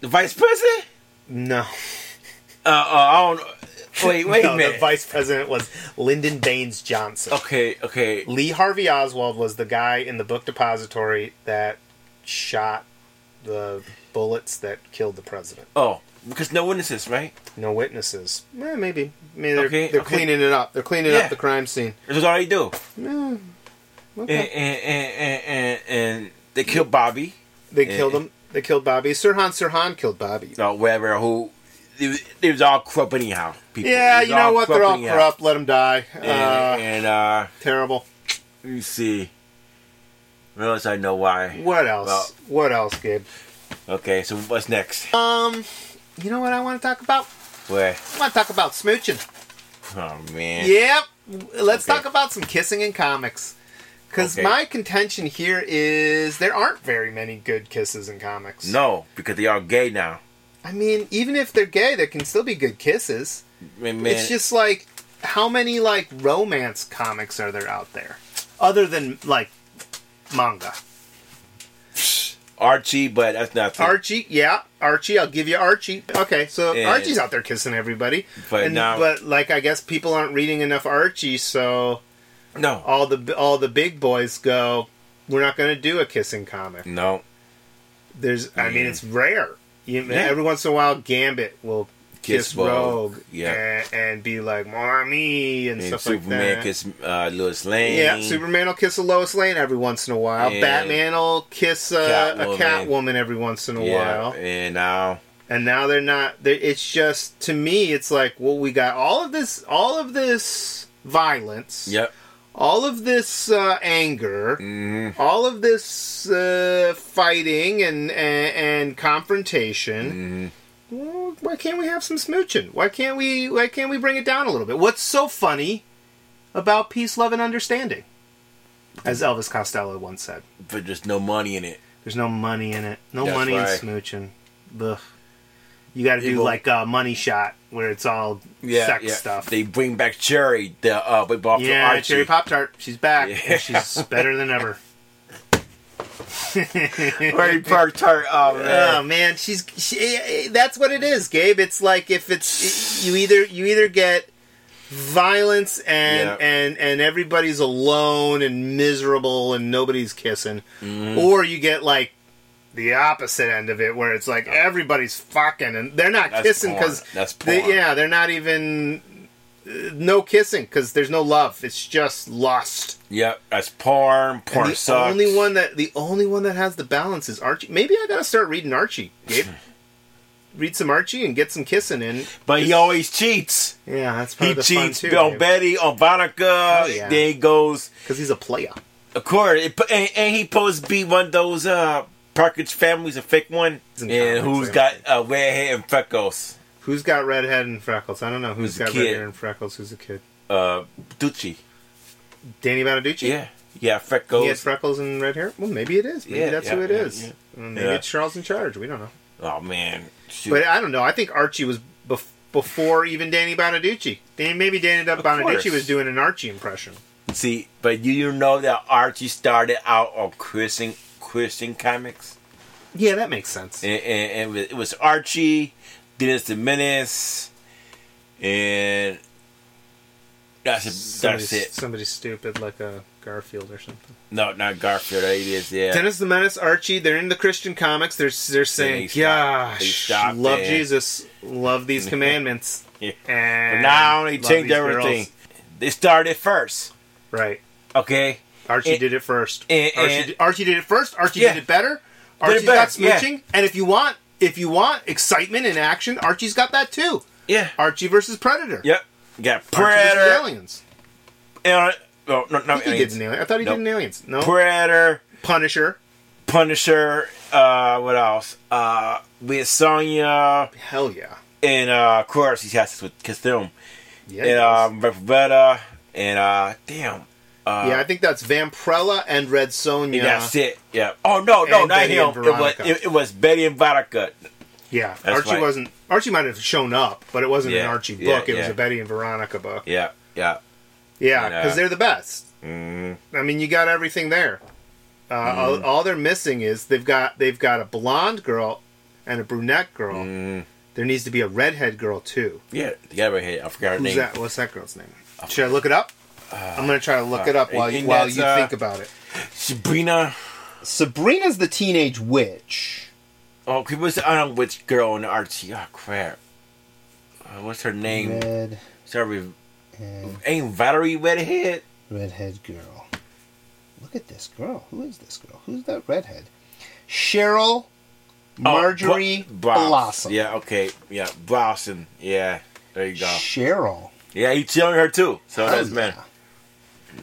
Speaker 2: the vice president.
Speaker 3: No,
Speaker 2: Uh, uh, I don't. know. Wait, wait
Speaker 3: no,
Speaker 2: a
Speaker 3: the
Speaker 2: minute.
Speaker 3: vice president was Lyndon Baines Johnson.
Speaker 2: okay, okay.
Speaker 3: Lee Harvey Oswald was the guy in the book depository that shot the bullets that killed the president.
Speaker 2: Oh, because no witnesses, right?
Speaker 3: No witnesses. Eh, maybe. I mean, they're,
Speaker 2: Okay,
Speaker 3: they're
Speaker 2: okay.
Speaker 3: cleaning it up. They're cleaning
Speaker 2: Yeah.
Speaker 3: up the crime scene.
Speaker 2: This is all they do.
Speaker 3: Eh, okay.
Speaker 2: And and and and, and, and they killed Bobby.
Speaker 3: they
Speaker 2: eh,
Speaker 3: killed him. They killed Bobby. Sirhan Sirhan killed Bobby.
Speaker 2: or whatever who it was, it was all corrupt anyhow. People. It
Speaker 3: Yeah,
Speaker 2: was
Speaker 3: you know what? They're all
Speaker 2: anyhow.
Speaker 3: corrupt. Let them die.
Speaker 2: And,
Speaker 3: uh,
Speaker 2: and uh,
Speaker 3: terrible.
Speaker 2: let me see. Realize I know why.
Speaker 3: What else?
Speaker 2: Well-
Speaker 3: what else, Gabe?
Speaker 2: Okay, so what's next?
Speaker 3: Um, you know what I want to talk about?
Speaker 2: Where?
Speaker 3: I want to talk about smooching.
Speaker 2: Oh man.
Speaker 3: Yep. Let's
Speaker 2: Okay.
Speaker 3: talk about some kissing in comics. Because
Speaker 2: Okay.
Speaker 3: my contention here is there aren't very many good kisses in comics.
Speaker 2: No, because they are gay now.
Speaker 3: I mean, even if they're gay, there can still be good kisses.
Speaker 2: Man,
Speaker 3: It's just like, how many, like, romance comics are there out there? Other than, like, manga.
Speaker 2: Archie, but that's nothing.
Speaker 3: Archie, yeah, Archie. I'll give you Archie. Okay, so
Speaker 2: Yeah.
Speaker 3: Archie's out there kissing everybody,
Speaker 2: But
Speaker 3: And-
Speaker 2: now-
Speaker 3: but like I guess people aren't reading enough Archie, so
Speaker 2: no,
Speaker 3: all the all the big boys go. We're not going to do a kissing comic.
Speaker 2: no.
Speaker 3: There's, I mean, it's rare. You,
Speaker 2: Yeah.
Speaker 3: Every once in a while, Gambit will kiss,
Speaker 2: Kiss Rogue,
Speaker 3: Rogue,
Speaker 2: yeah.
Speaker 3: and, and be like "mommy" and,
Speaker 2: And
Speaker 3: stuff
Speaker 2: Superman
Speaker 3: like that.
Speaker 2: kissed uh, Lewis Lane.
Speaker 3: yeah, Superman will kiss a Lois Lane every once in a while.
Speaker 2: Yeah.
Speaker 3: Batman will kiss uh,
Speaker 2: Catwoman.
Speaker 3: a Catwoman every once in a
Speaker 2: Yeah,
Speaker 3: while.
Speaker 2: and now
Speaker 3: and now they're not they it's just to me it's like well we got all of this all of this violence
Speaker 2: yep.
Speaker 3: all of this uh, anger
Speaker 2: hmm
Speaker 3: all of this uh, fighting and and, and confrontation
Speaker 2: hmm
Speaker 3: Well, why can't we have some smooching why can't we why can't we bring it down a little bit what's so funny about peace love and understanding as elvis costello once said
Speaker 2: But there's no money in it.
Speaker 3: there's no money in it. No
Speaker 2: That's
Speaker 3: money
Speaker 2: right.
Speaker 3: in smooching. Ugh. You got to
Speaker 2: It
Speaker 3: do
Speaker 2: will-
Speaker 3: like a money shot where it's all sex stuff.
Speaker 2: They bring back Cherry, the uh, we bought from
Speaker 3: yeah,
Speaker 2: Archie.
Speaker 3: Cherry Pop Tart. She's back.
Speaker 2: Yeah.
Speaker 3: and she's better than ever.
Speaker 2: Cherry Pop Tart. Oh
Speaker 3: Oh
Speaker 2: man.
Speaker 3: man, she's she, eh, eh, that's what it is, Gabe. It's like if it's you either you either get violence and
Speaker 2: Yeah.
Speaker 3: and and everybody's alone and miserable and nobody's kissing,
Speaker 2: Mm-hmm.
Speaker 3: or you get like the opposite end of it where it's like everybody's fucking and they're not
Speaker 2: That's
Speaker 3: kissing
Speaker 2: porn.
Speaker 3: because
Speaker 2: That's porn.
Speaker 3: yeah they're not even uh, no kissing because there's no love. It's just lust.
Speaker 2: Yep, that's porn.
Speaker 3: And
Speaker 2: Porn
Speaker 3: the
Speaker 2: sucks.
Speaker 3: only one that the only one that has the balance is Archie. Maybe I gotta start reading Archie. Gabe. Read some Archie and get some kissing in.
Speaker 2: but he always cheats.
Speaker 3: Yeah, that's part
Speaker 2: He
Speaker 3: of the
Speaker 2: cheats
Speaker 3: fun
Speaker 2: on
Speaker 3: too.
Speaker 2: Betty, on Monica.
Speaker 3: Oh, yeah.
Speaker 2: Then he goes,
Speaker 3: Because he's a player.
Speaker 2: of course, it, and, and he supposed to be one of those uh, Parkage families, a fake one,
Speaker 3: It's in
Speaker 2: and
Speaker 3: comics,
Speaker 2: who's
Speaker 3: I
Speaker 2: got uh, red hair and freckles.
Speaker 3: Who's got redhead and freckles? I don't know who's
Speaker 2: Who's a
Speaker 3: got
Speaker 2: kid?
Speaker 3: red hair and freckles. Who's a kid?
Speaker 2: Uh, Ducci.
Speaker 3: Danny Bonaducci.
Speaker 2: Yeah, yeah,
Speaker 3: He had
Speaker 2: freckles.
Speaker 3: freckles and red hair. Well, maybe it is. Maybe
Speaker 2: Yeah,
Speaker 3: that's
Speaker 2: yeah,
Speaker 3: who it
Speaker 2: yeah,
Speaker 3: is.
Speaker 2: yeah.
Speaker 3: And Maybe
Speaker 2: Yeah.
Speaker 3: it's Charles in charge. We don't know.
Speaker 2: oh man, shoot.
Speaker 3: But I don't know. I think Archie was bef- before even Danny Bonaducci. Dan- Maybe Danny
Speaker 2: course.
Speaker 3: Bonaducci was doing an Archie impression.
Speaker 2: See, but you, you know that Archie started out on Christian Christian comics,
Speaker 3: Yeah, that makes sense.
Speaker 2: and, and, and it was Archie, Dennis the Menace, and that's it. That's
Speaker 3: Somebody's,
Speaker 2: it.
Speaker 3: somebody stupid like a Garfield or something.
Speaker 2: No, not Garfield. It is yeah.
Speaker 3: Dennis the Menace, Archie, they're in the Christian comics. They're they're saying,
Speaker 2: stopped- they
Speaker 3: "Gosh,
Speaker 2: stopped
Speaker 3: love
Speaker 2: it."
Speaker 3: Jesus, love these commandments."
Speaker 2: Yeah.
Speaker 3: And
Speaker 2: But now they
Speaker 3: love
Speaker 2: changed
Speaker 3: these
Speaker 2: everything.
Speaker 3: girls.
Speaker 2: They started first,
Speaker 3: right?
Speaker 2: okay?
Speaker 3: Archie
Speaker 2: And-
Speaker 3: did it first.
Speaker 2: and-
Speaker 3: Archie,
Speaker 2: and-
Speaker 3: did, Archie did it first. Archie
Speaker 2: Yeah.
Speaker 3: did it better.
Speaker 2: it
Speaker 3: Archie's got
Speaker 2: better, yeah.
Speaker 3: smooching, and if you want, if you want excitement and action, Archie's got that too.
Speaker 2: Yeah.
Speaker 3: Archie versus Predator.
Speaker 2: Yep. Got
Speaker 3: Archie versus
Speaker 2: Predator.
Speaker 3: aliens.
Speaker 2: And Oh, no, no,
Speaker 3: I think he did in Aliens. I thought he
Speaker 2: Nope.
Speaker 3: did in Aliens. No.
Speaker 2: Predator,
Speaker 3: Punisher.
Speaker 2: Punisher, uh, what else? Uh, with Sonya,
Speaker 3: Hell yeah.
Speaker 2: and uh, of course he has this with Cthulhu.
Speaker 3: Yeah. he
Speaker 2: and
Speaker 3: does.
Speaker 2: um, Vetta, and uh, damn, uh,
Speaker 3: yeah, I think that's Vamprella and Red Sonja.
Speaker 2: that's it. Yeah. Oh no, no, not
Speaker 3: And Betty
Speaker 2: him. It
Speaker 3: and
Speaker 2: was
Speaker 3: Veronica.
Speaker 2: it, it was Betty and Veronica.
Speaker 3: Yeah,
Speaker 2: That's
Speaker 3: Archie
Speaker 2: right.
Speaker 3: wasn't. Archie might have shown up, but it wasn't an
Speaker 2: Yeah,
Speaker 3: Archie
Speaker 2: yeah,
Speaker 3: book. it was
Speaker 2: yeah.
Speaker 3: a Betty and Veronica book.
Speaker 2: Yeah, yeah. Mm-hmm.
Speaker 3: Yeah,
Speaker 2: And, uh,
Speaker 3: because they're the best. I mean, you got everything there. Uh,
Speaker 2: Mm-hmm.
Speaker 3: all, all they're missing is they've got they've got a blonde girl and a brunette girl.
Speaker 2: Mm-hmm.
Speaker 3: There needs to be a redhead girl too.
Speaker 2: Yeah, the guy right here. I forgot her
Speaker 3: Who's
Speaker 2: name.
Speaker 3: that? What's that girl's name? Should I look it up? I'm gonna try to look it up
Speaker 2: uh,
Speaker 3: while
Speaker 2: and
Speaker 3: you, while
Speaker 2: that's,
Speaker 3: you
Speaker 2: uh,
Speaker 3: think about it.
Speaker 2: Sabrina.
Speaker 3: Sabrina's the teenage witch.
Speaker 2: Oh, who was the um, which girl in Archie? Oh crap. Uh, what's her name?
Speaker 4: Red
Speaker 2: Sorry,
Speaker 4: and
Speaker 2: ain't Valerie Redhead?
Speaker 4: redhead girl. Look at this girl. Who is this girl? Who's that redhead? Cheryl
Speaker 2: Oh,
Speaker 4: Marjorie
Speaker 2: Bro- Browse.
Speaker 4: Blossom.
Speaker 2: Yeah, okay, yeah, Blossom. Yeah, there you go.
Speaker 4: Cheryl.
Speaker 2: Yeah, he's telling her too. So
Speaker 4: Hell
Speaker 2: that's man.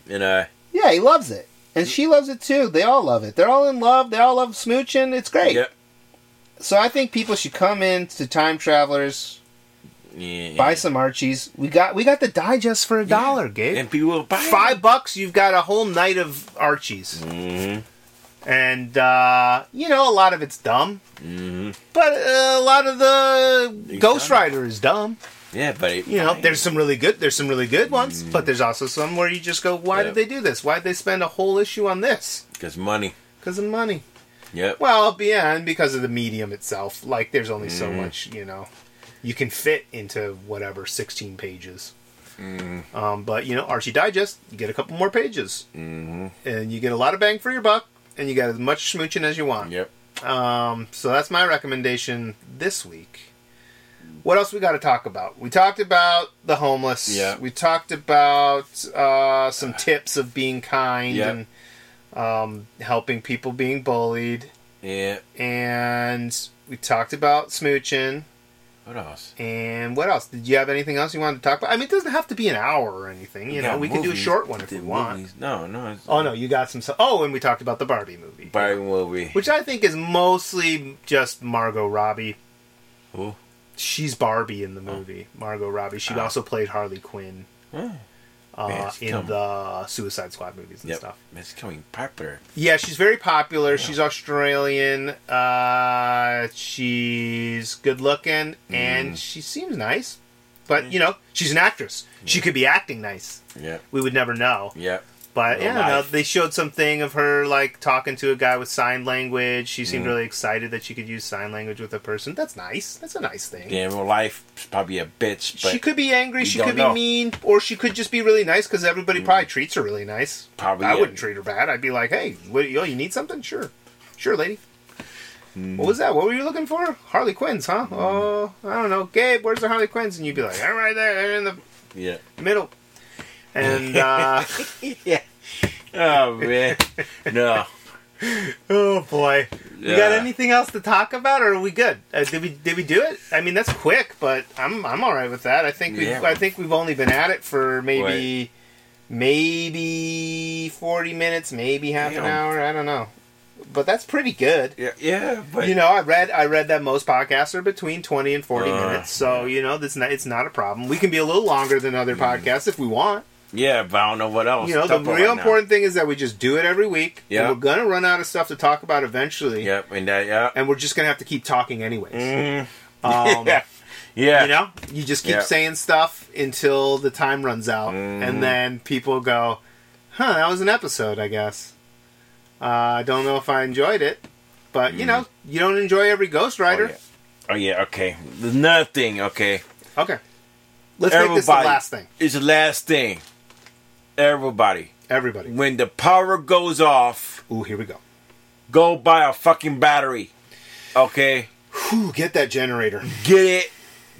Speaker 2: And uh,
Speaker 4: Yeah, he loves it. And she loves it too. They all love it. They're all in love. They all love smooching. It's great.
Speaker 2: yeah,
Speaker 4: So I think people should come in to Time Travelers,
Speaker 2: yeah,
Speaker 4: buy some Archies. We got we got the digest for a dollar, Gabe.
Speaker 2: and people will buy it.
Speaker 3: Five bucks, you've got a whole night of Archies.
Speaker 2: Mhm.
Speaker 3: and uh, you know a lot of it's dumb,
Speaker 2: Mm-hmm.
Speaker 3: but uh, a lot of the
Speaker 2: It's
Speaker 3: Ghost
Speaker 2: dumb.
Speaker 3: Rider is dumb.
Speaker 2: Yeah, but it,
Speaker 3: You know, there's some really good, there's some really good ones, but there's also some where you just go, why
Speaker 2: Yep.
Speaker 3: did they do this? Why did they spend a whole issue on this?
Speaker 2: because money.
Speaker 3: Because of money.
Speaker 2: Yep.
Speaker 3: Well, yeah, and because of the medium itself. Like, there's only so much you know you can fit into whatever 16 pages. Um, but you know, Archie Digest, you get a couple more pages, mm-hmm. and you get a lot of bang for your buck, and you got as much smooching as you want.
Speaker 2: Yep.
Speaker 3: Um, so that's my recommendation this week. What else we got to talk about? We talked about the homeless.
Speaker 2: Yeah.
Speaker 3: We talked about uh, some tips of being kind
Speaker 2: Yeah.
Speaker 3: and um, helping people being bullied,
Speaker 2: Yeah.
Speaker 3: and we talked about smooching.
Speaker 2: What else?
Speaker 3: And what else? Did you have anything else you wanted to talk about? I mean, it doesn't have to be an hour or anything. You know,
Speaker 2: got
Speaker 3: we can do a
Speaker 2: movies.
Speaker 3: short one if
Speaker 2: The
Speaker 3: we want.
Speaker 2: movies. No, no. It's,
Speaker 3: Oh no, you got some. stuff. Oh, and we talked about the Barbie movie,
Speaker 2: Barbie movie.
Speaker 3: which I think is mostly just Margot Robbie.
Speaker 2: Who?
Speaker 3: she's Barbie in the movie, Margot Robbie. She also played Harley Quinn
Speaker 2: Ah. Oh,
Speaker 3: uh,
Speaker 2: Man, she's
Speaker 3: in
Speaker 2: dumb.
Speaker 3: the Suicide Squad movies and
Speaker 2: yep.
Speaker 3: stuff.
Speaker 2: It's coming popular.
Speaker 3: Yeah, she's very popular. She's Australian. Uh, she's good looking,
Speaker 2: Mm.
Speaker 3: and she seems nice. But you know, she's an actress. She could be acting nice.
Speaker 2: Yep.
Speaker 3: We would never know.
Speaker 2: Yep.
Speaker 3: But
Speaker 2: Real
Speaker 3: yeah, no,
Speaker 2: life.
Speaker 3: they showed something of her like talking to a guy with sign language. She
Speaker 2: Mm.
Speaker 3: seemed really excited that she could use sign language with a person. That's nice. That's a nice thing.
Speaker 2: Yeah, in real life, she's probably a bitch, but
Speaker 3: she could be angry.
Speaker 2: you
Speaker 3: She
Speaker 2: don't
Speaker 3: could
Speaker 2: know. Mm.
Speaker 3: be mean, or she could just be really nice because everybody probably treats her really nice.
Speaker 2: Probably,
Speaker 3: I
Speaker 2: yeah.
Speaker 3: wouldn't treat her bad. I'd be like, "Hey, what, yo, you need something? Sure, sure, lady.
Speaker 2: Mm-hmm.
Speaker 3: What was that? What were you looking for? Harley Quinn's, huh? Oh, I don't know, Gabe. Where's the Harley Quinn's? And you'd be like, "All right, there, they're in the
Speaker 2: yeah.
Speaker 3: middle." And uh,
Speaker 2: yeah. Oh man. no.
Speaker 3: oh boy, we got
Speaker 2: Yeah.
Speaker 3: anything else to talk about, or are we good? Uh, did we did we do it? I mean, that's quick, but I'm I'm all right with that. I think we
Speaker 2: Yeah.
Speaker 3: have I think we've only been at it for maybe.
Speaker 2: Right.
Speaker 3: maybe 40 minutes, maybe half
Speaker 2: Damn.
Speaker 3: an hour, I don't know. But that's pretty good.
Speaker 2: Yeah. Yeah. But
Speaker 3: You know, I read I read that most podcasts are between 20 and 40
Speaker 2: Uh,
Speaker 3: minutes, so you know, that's not it's not a problem. We can be a little longer than other podcasts if we want.
Speaker 2: yeah, but I don't know what else.
Speaker 3: You know,
Speaker 2: to
Speaker 3: the
Speaker 2: talk about
Speaker 3: real
Speaker 2: right now.
Speaker 3: important thing is that we just do it every week. and
Speaker 2: Yeah.
Speaker 3: we're going to run out of stuff to talk about eventually,
Speaker 2: Yep. And that. Yeah.
Speaker 3: and we're just going to have to keep talking anyways.
Speaker 2: Mhm.
Speaker 3: Um,
Speaker 2: yeah. Yeah.
Speaker 3: You know, you just keep
Speaker 2: Yeah. Mm.
Speaker 3: saying stuff until the time runs out, and then people go, "Huh, that was an episode, I guess." Uh, I don't know if I enjoyed it, but you know, you don't enjoy every Ghost
Speaker 2: Mm. Oh
Speaker 3: Rider.
Speaker 2: yeah. oh yeah. Okay. There's nothing. Okay.
Speaker 3: Okay, let's make this the
Speaker 2: Everybody.
Speaker 3: last thing.
Speaker 2: It's the last thing. Everybody,
Speaker 3: Everybody.
Speaker 2: when the power goes off,
Speaker 3: Ooh, here we go.
Speaker 2: go buy a fucking battery. Okay?
Speaker 3: Whew, get that generator.
Speaker 2: Get it.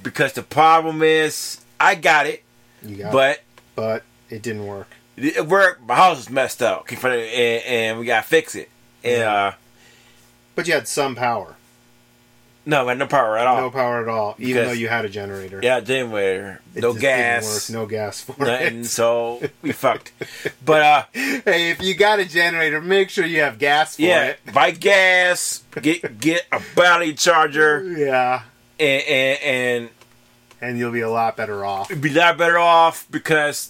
Speaker 2: Because the problem is, I got it,
Speaker 3: You got it.
Speaker 2: but
Speaker 3: but it didn't work.
Speaker 2: it worked. My house is messed up. Okay, for- and, and we gotta fix it. And, uh,
Speaker 3: But you had some power.
Speaker 2: No, man, no power at all.
Speaker 3: No power at all, even
Speaker 2: Oh. Because-
Speaker 3: though you had a generator.
Speaker 2: Yeah, generator.
Speaker 3: It
Speaker 2: No
Speaker 3: just didn't
Speaker 2: gas.
Speaker 3: work, no gas for
Speaker 2: nothing.
Speaker 3: it.
Speaker 2: So we fucked. But uh,
Speaker 3: Hey, if you got a generator, make sure you have gas for
Speaker 2: yeah,
Speaker 3: it.
Speaker 2: buy gas. Get get a battery charger,
Speaker 3: Yeah,
Speaker 2: and and,
Speaker 3: and you'll be a lot better off.
Speaker 2: and be a lot better off because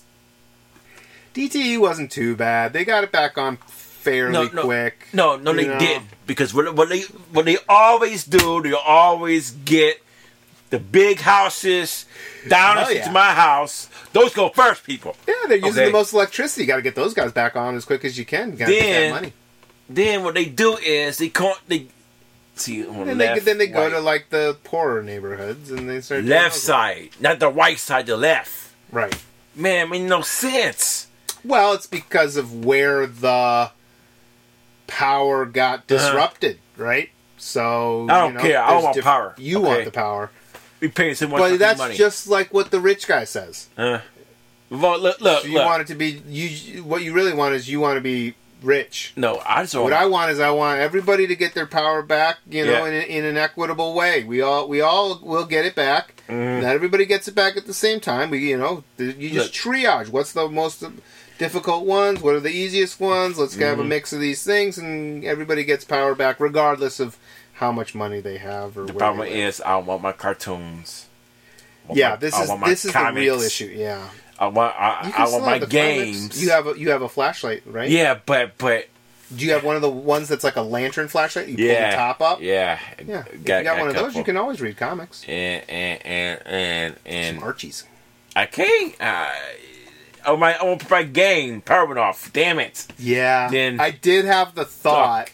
Speaker 3: DTE wasn't too bad. They got it back on fairly
Speaker 2: no, no,
Speaker 3: quick.
Speaker 2: no, no,
Speaker 3: you
Speaker 2: they
Speaker 3: know?
Speaker 2: didn't. Because what, what they what they always do, they always get the big houses down
Speaker 3: Hell
Speaker 2: into
Speaker 3: Oh, yeah.
Speaker 2: my house. Those go first, people.
Speaker 3: Yeah, they're using
Speaker 2: Okay.
Speaker 3: the most electricity. You got to get those guys back on as quick as you can. You got to get
Speaker 2: Then-
Speaker 3: that money.
Speaker 2: Then what they do is they call they see on
Speaker 3: And
Speaker 2: left,
Speaker 3: they, then they go
Speaker 2: right.
Speaker 3: to like the poorer neighborhoods and they start doing
Speaker 2: left
Speaker 3: those-
Speaker 2: side, not the right side, the left.
Speaker 3: Right.
Speaker 2: Man, it made no sense.
Speaker 3: Well, it's because of where the power got disrupted, right? So
Speaker 2: Uh-huh. I don't
Speaker 3: you know,
Speaker 2: care. I
Speaker 3: there's
Speaker 2: want
Speaker 3: diff-
Speaker 2: power.
Speaker 3: You
Speaker 2: Okay.
Speaker 3: want the power,
Speaker 2: We paying so much
Speaker 3: but
Speaker 2: fucking
Speaker 3: that's
Speaker 2: money.
Speaker 3: just like what the rich guy says.
Speaker 2: uh, well, look, look,
Speaker 3: So you
Speaker 2: look.
Speaker 3: want it to be you. What you really want is you want to be rich.
Speaker 2: no, I just
Speaker 3: What
Speaker 2: want.
Speaker 3: I want is I want everybody to get their power back, you know,
Speaker 2: Yeah.
Speaker 3: in, a, in an equitable way. We all we all will get it back.
Speaker 2: Mm-hmm.
Speaker 3: Not everybody gets it back at the same time. We, you know, th- you just triage. What's the most difficult ones? What are the easiest ones? Let's have a
Speaker 2: Mm-hmm.
Speaker 3: mix of these things, and everybody gets power back, regardless of how much money they have or
Speaker 2: the
Speaker 3: where
Speaker 2: problem
Speaker 3: they live.
Speaker 2: is, I want my cartoons. I want
Speaker 3: yeah,
Speaker 2: my-
Speaker 3: this
Speaker 2: I
Speaker 3: is
Speaker 2: want my
Speaker 3: this is the real
Speaker 2: comics.
Speaker 3: issue. Yeah,
Speaker 2: I want, I,
Speaker 3: You can
Speaker 2: I
Speaker 3: still
Speaker 2: want my
Speaker 3: have the comics.
Speaker 2: games.
Speaker 3: You have a, you have a flashlight, right?
Speaker 2: yeah, but but
Speaker 3: Do you have one of the ones that's like a lantern flashlight? You pull
Speaker 2: yeah,
Speaker 3: the top up.
Speaker 2: Yeah,
Speaker 3: Yeah, if you
Speaker 2: Got-
Speaker 3: got,
Speaker 2: got
Speaker 3: one
Speaker 2: a
Speaker 3: of those, you
Speaker 2: couple.
Speaker 3: can always read comics.
Speaker 2: And and and and, and
Speaker 3: Archie's.
Speaker 2: I can't. I, oh my! I want my game. Power went off. Damn it!
Speaker 3: Yeah.
Speaker 2: Then-
Speaker 3: I did have the thought,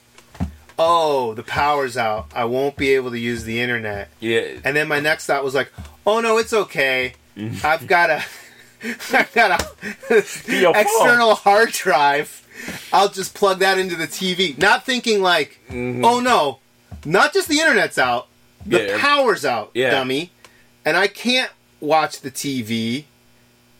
Speaker 3: oh, the power's out. I won't be able to use the internet.
Speaker 2: Yeah,
Speaker 3: And then my next thought was like, oh no, it's okay.
Speaker 2: Mm.
Speaker 3: I've got a, I've got a
Speaker 2: your phone.
Speaker 3: external hard drive. I'll just plug that into the TV. Not thinking like, oh no, not just the internet's out, the
Speaker 2: Mm-hmm. Yeah.
Speaker 3: power's out,
Speaker 2: Yeah.
Speaker 3: dummy, and I can't watch the TV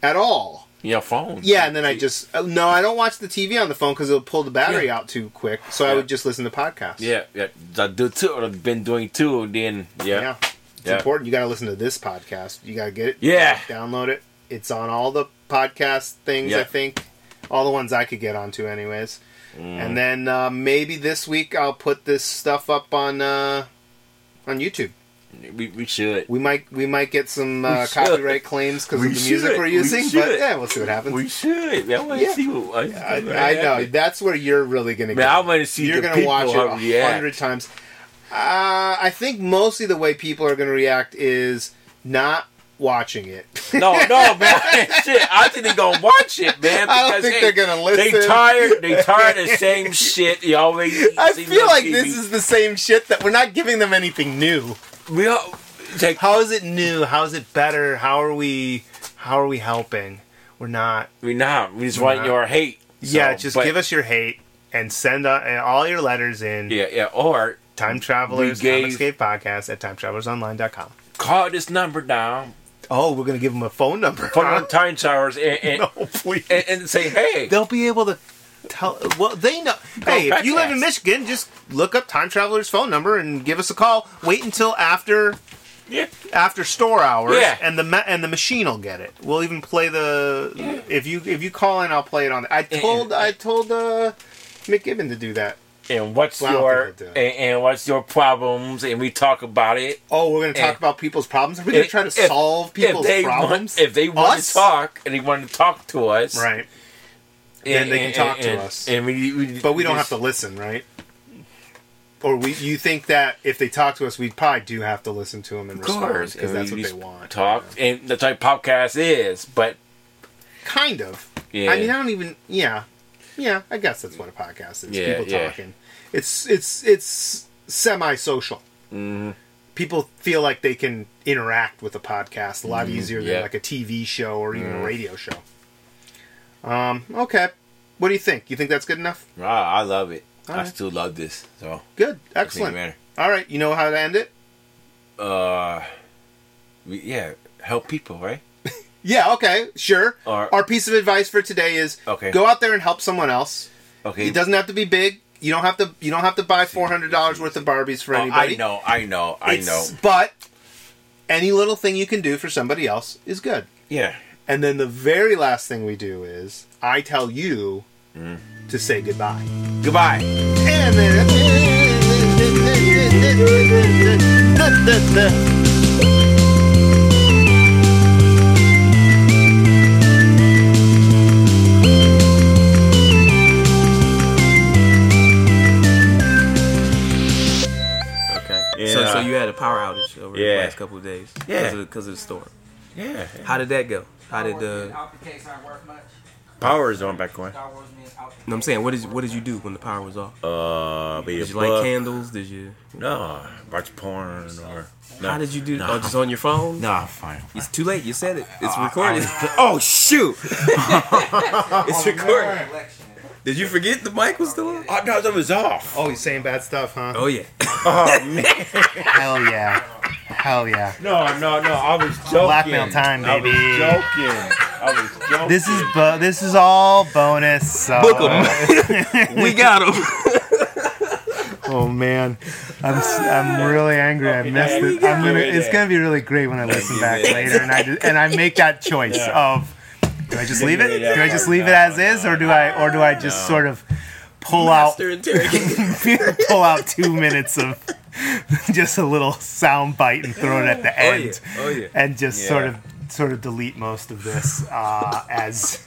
Speaker 3: at all.
Speaker 2: your phone.
Speaker 3: Yeah, and then I just uh, no, I don't watch the TV on the phone because it'll pull the battery
Speaker 2: Yeah.
Speaker 3: out too quick. So I
Speaker 2: Yeah.
Speaker 3: would just listen to podcasts.
Speaker 2: Yeah, yeah, I do too. or I've been doing too. Then yeah,
Speaker 3: yeah, it's
Speaker 2: Yeah.
Speaker 3: important. You got to listen to this podcast. You got to get it.
Speaker 2: Yeah.
Speaker 3: download it. It's on all the podcast things.
Speaker 2: Yeah.
Speaker 3: I think all the ones I could get onto, anyways.
Speaker 2: Mm.
Speaker 3: And then uh, maybe this week I'll put this stuff up on uh, on YouTube.
Speaker 2: We, we should.
Speaker 3: We might we might get some uh,
Speaker 2: should.
Speaker 3: copyright claims because of
Speaker 2: We
Speaker 3: the music
Speaker 2: should.
Speaker 3: we're
Speaker 2: We
Speaker 3: using,
Speaker 2: should.
Speaker 3: but yeah, we'll see what happens.
Speaker 2: We should. I want to
Speaker 3: Yeah.
Speaker 2: see what.
Speaker 3: I, I know that's where you're really going to
Speaker 2: Man,
Speaker 3: get.
Speaker 2: I want to see
Speaker 3: you're
Speaker 2: the
Speaker 3: gonna
Speaker 2: people
Speaker 3: watch it
Speaker 2: how
Speaker 3: a
Speaker 2: react.
Speaker 3: hundred times. Uh, I think mostly the way people are going to react is not watching it.
Speaker 2: No, no, man. shit, I think they're gonna watch it, man. Because,
Speaker 3: I don't think
Speaker 2: hey,
Speaker 3: they're going to listen.
Speaker 2: They tired. They tired of the same shit. You always.
Speaker 3: I
Speaker 2: see
Speaker 3: feel
Speaker 2: on
Speaker 3: like
Speaker 2: TV.
Speaker 3: this is the same shit that we're not giving them anything new.
Speaker 2: We all. it's like,
Speaker 3: How is it new? How is it better? How are we? How are we helping? We're not.
Speaker 2: we not. We just want
Speaker 3: not.
Speaker 2: your hate. So,
Speaker 3: yeah, just
Speaker 2: but-
Speaker 3: give us your hate and send uh, all your letters in.
Speaker 2: Yeah, yeah. Or
Speaker 3: Time Travelers
Speaker 2: We gave-
Speaker 3: Escape Podcast at timetravelersonline.com.
Speaker 2: call this number down.
Speaker 3: Oh, we're gonna give them a phone number.
Speaker 2: Put on time showers and and,
Speaker 3: no, please.
Speaker 2: and, and say, hey,
Speaker 3: They'll be able to tell. Well, they know. hey, if you live in
Speaker 2: podcast.
Speaker 3: Michigan, just look up Time Traveler's phone number and give us a call. Wait until after
Speaker 2: yeah,
Speaker 3: after store hours,
Speaker 2: Yeah.
Speaker 3: and the ma- and the machine will get it. We'll even play the if you if you call in, I'll play it on. I told I told uh, McGibbon to do that.
Speaker 2: and what's
Speaker 3: Well, I don't
Speaker 2: your
Speaker 3: think they'll
Speaker 2: and,
Speaker 3: do it.
Speaker 2: and what's your problems, and we talk about it.
Speaker 3: Oh, we're gonna talk
Speaker 2: And-
Speaker 3: about people's problems. Are we gonna try to
Speaker 2: If-
Speaker 3: solve people's
Speaker 2: they want-
Speaker 3: problems?
Speaker 2: if they want
Speaker 3: Us?
Speaker 2: to talk and they want to talk to us,
Speaker 3: right?
Speaker 2: and-
Speaker 3: then they
Speaker 2: and-
Speaker 3: can talk to
Speaker 2: and-
Speaker 3: us.
Speaker 2: And we, we,
Speaker 3: But we don't have
Speaker 2: just-
Speaker 3: to listen, right? Or we, you think that if they talk to us, we probably do have to listen to them and
Speaker 2: Of
Speaker 3: respond
Speaker 2: course,
Speaker 3: because
Speaker 2: and
Speaker 3: that's
Speaker 2: we
Speaker 3: what they
Speaker 2: just
Speaker 3: want.
Speaker 2: Talk, and that's what podcast is. But
Speaker 3: Kind of.
Speaker 2: Yeah.
Speaker 3: I mean, I don't even. Yeah, yeah. I guess that's what a podcast is.
Speaker 2: Yeah,
Speaker 3: People
Speaker 2: yeah.
Speaker 3: talking. It's it's it's semi-social.
Speaker 2: Mm-hmm.
Speaker 3: People feel like they can interact with a podcast a lot easier than
Speaker 2: yeah.
Speaker 3: like a TV show or even
Speaker 2: Mm-hmm.
Speaker 3: a radio show. Um. Okay. What do you think? You think that's good enough?
Speaker 2: ah, I love it. I
Speaker 3: Alright.
Speaker 2: still love this. So
Speaker 3: Good.
Speaker 2: doesn't even
Speaker 3: Excellent.
Speaker 2: matter.
Speaker 3: All right. You know how to end it.
Speaker 2: Uh, we, yeah, help people, right?
Speaker 3: Yeah, okay, sure.
Speaker 2: Or-
Speaker 3: Our piece of advice for today is
Speaker 2: Okay.
Speaker 3: go out there and help someone else.
Speaker 2: Okay,
Speaker 3: It doesn't have to be big. You don't have to. You don't have to buy four hundred dollars worth of Barbies for
Speaker 2: Oh,
Speaker 3: anybody.
Speaker 2: I know, I know, I
Speaker 3: It's-
Speaker 2: know.
Speaker 3: But any little thing you can do for somebody else is good.
Speaker 2: Yeah.
Speaker 3: And then the very last thing we do is I tell you to say goodbye.
Speaker 2: Goodbye.
Speaker 3: And then.
Speaker 5: Okay. So,
Speaker 2: Yeah.
Speaker 5: so you had a power outage over
Speaker 2: Yeah.
Speaker 5: the last couple of days.
Speaker 2: Yeah.
Speaker 5: Because of the storm.
Speaker 2: Yeah.
Speaker 5: How did that go? How did uh, the?
Speaker 6: Out the case aren't worth much.
Speaker 2: Power is on back Uh, on.
Speaker 6: Star Wars means out the
Speaker 5: No, I'm saying, what did what did you do when the power was off?
Speaker 2: Uh, but
Speaker 5: Did
Speaker 2: you
Speaker 5: you light candles? Did you?
Speaker 2: No, watch porn or. No.
Speaker 5: How did you do?
Speaker 2: No.
Speaker 5: Oh, just on your phone?
Speaker 2: Nah, fine.
Speaker 5: It's too late. You said it. It's recorded.
Speaker 2: Oh shoot!
Speaker 5: it's recorded.
Speaker 6: collection.
Speaker 5: Did you forget the mic was still on?
Speaker 2: Oh no, that was off.
Speaker 3: Oh, he's saying bad stuff, huh?
Speaker 5: Oh yeah.
Speaker 2: Oh man!
Speaker 3: Hell yeah. Hell yeah.
Speaker 2: No, no, no! I was joking.
Speaker 3: Blackmail time,
Speaker 2: I was
Speaker 3: baby.
Speaker 2: joking. I was joking.
Speaker 3: This is bo- this is all bonus. So.
Speaker 5: Book 'em. we got him.
Speaker 3: Oh man, I'm s- I'm really angry. I missed it. I'm gonna. It's gonna be really great when I listen back later, and I just, and I make that choice of do I just leave it? Do I just leave it as is, or do I or do I just sort of pull out
Speaker 5: Master interrogation.
Speaker 3: pull out two minutes of just a little sound bite and throw it at the
Speaker 5: Oh
Speaker 3: end,
Speaker 5: yeah. Oh yeah.
Speaker 3: and just sort of sort of delete most of this uh, as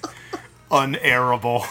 Speaker 3: unairable.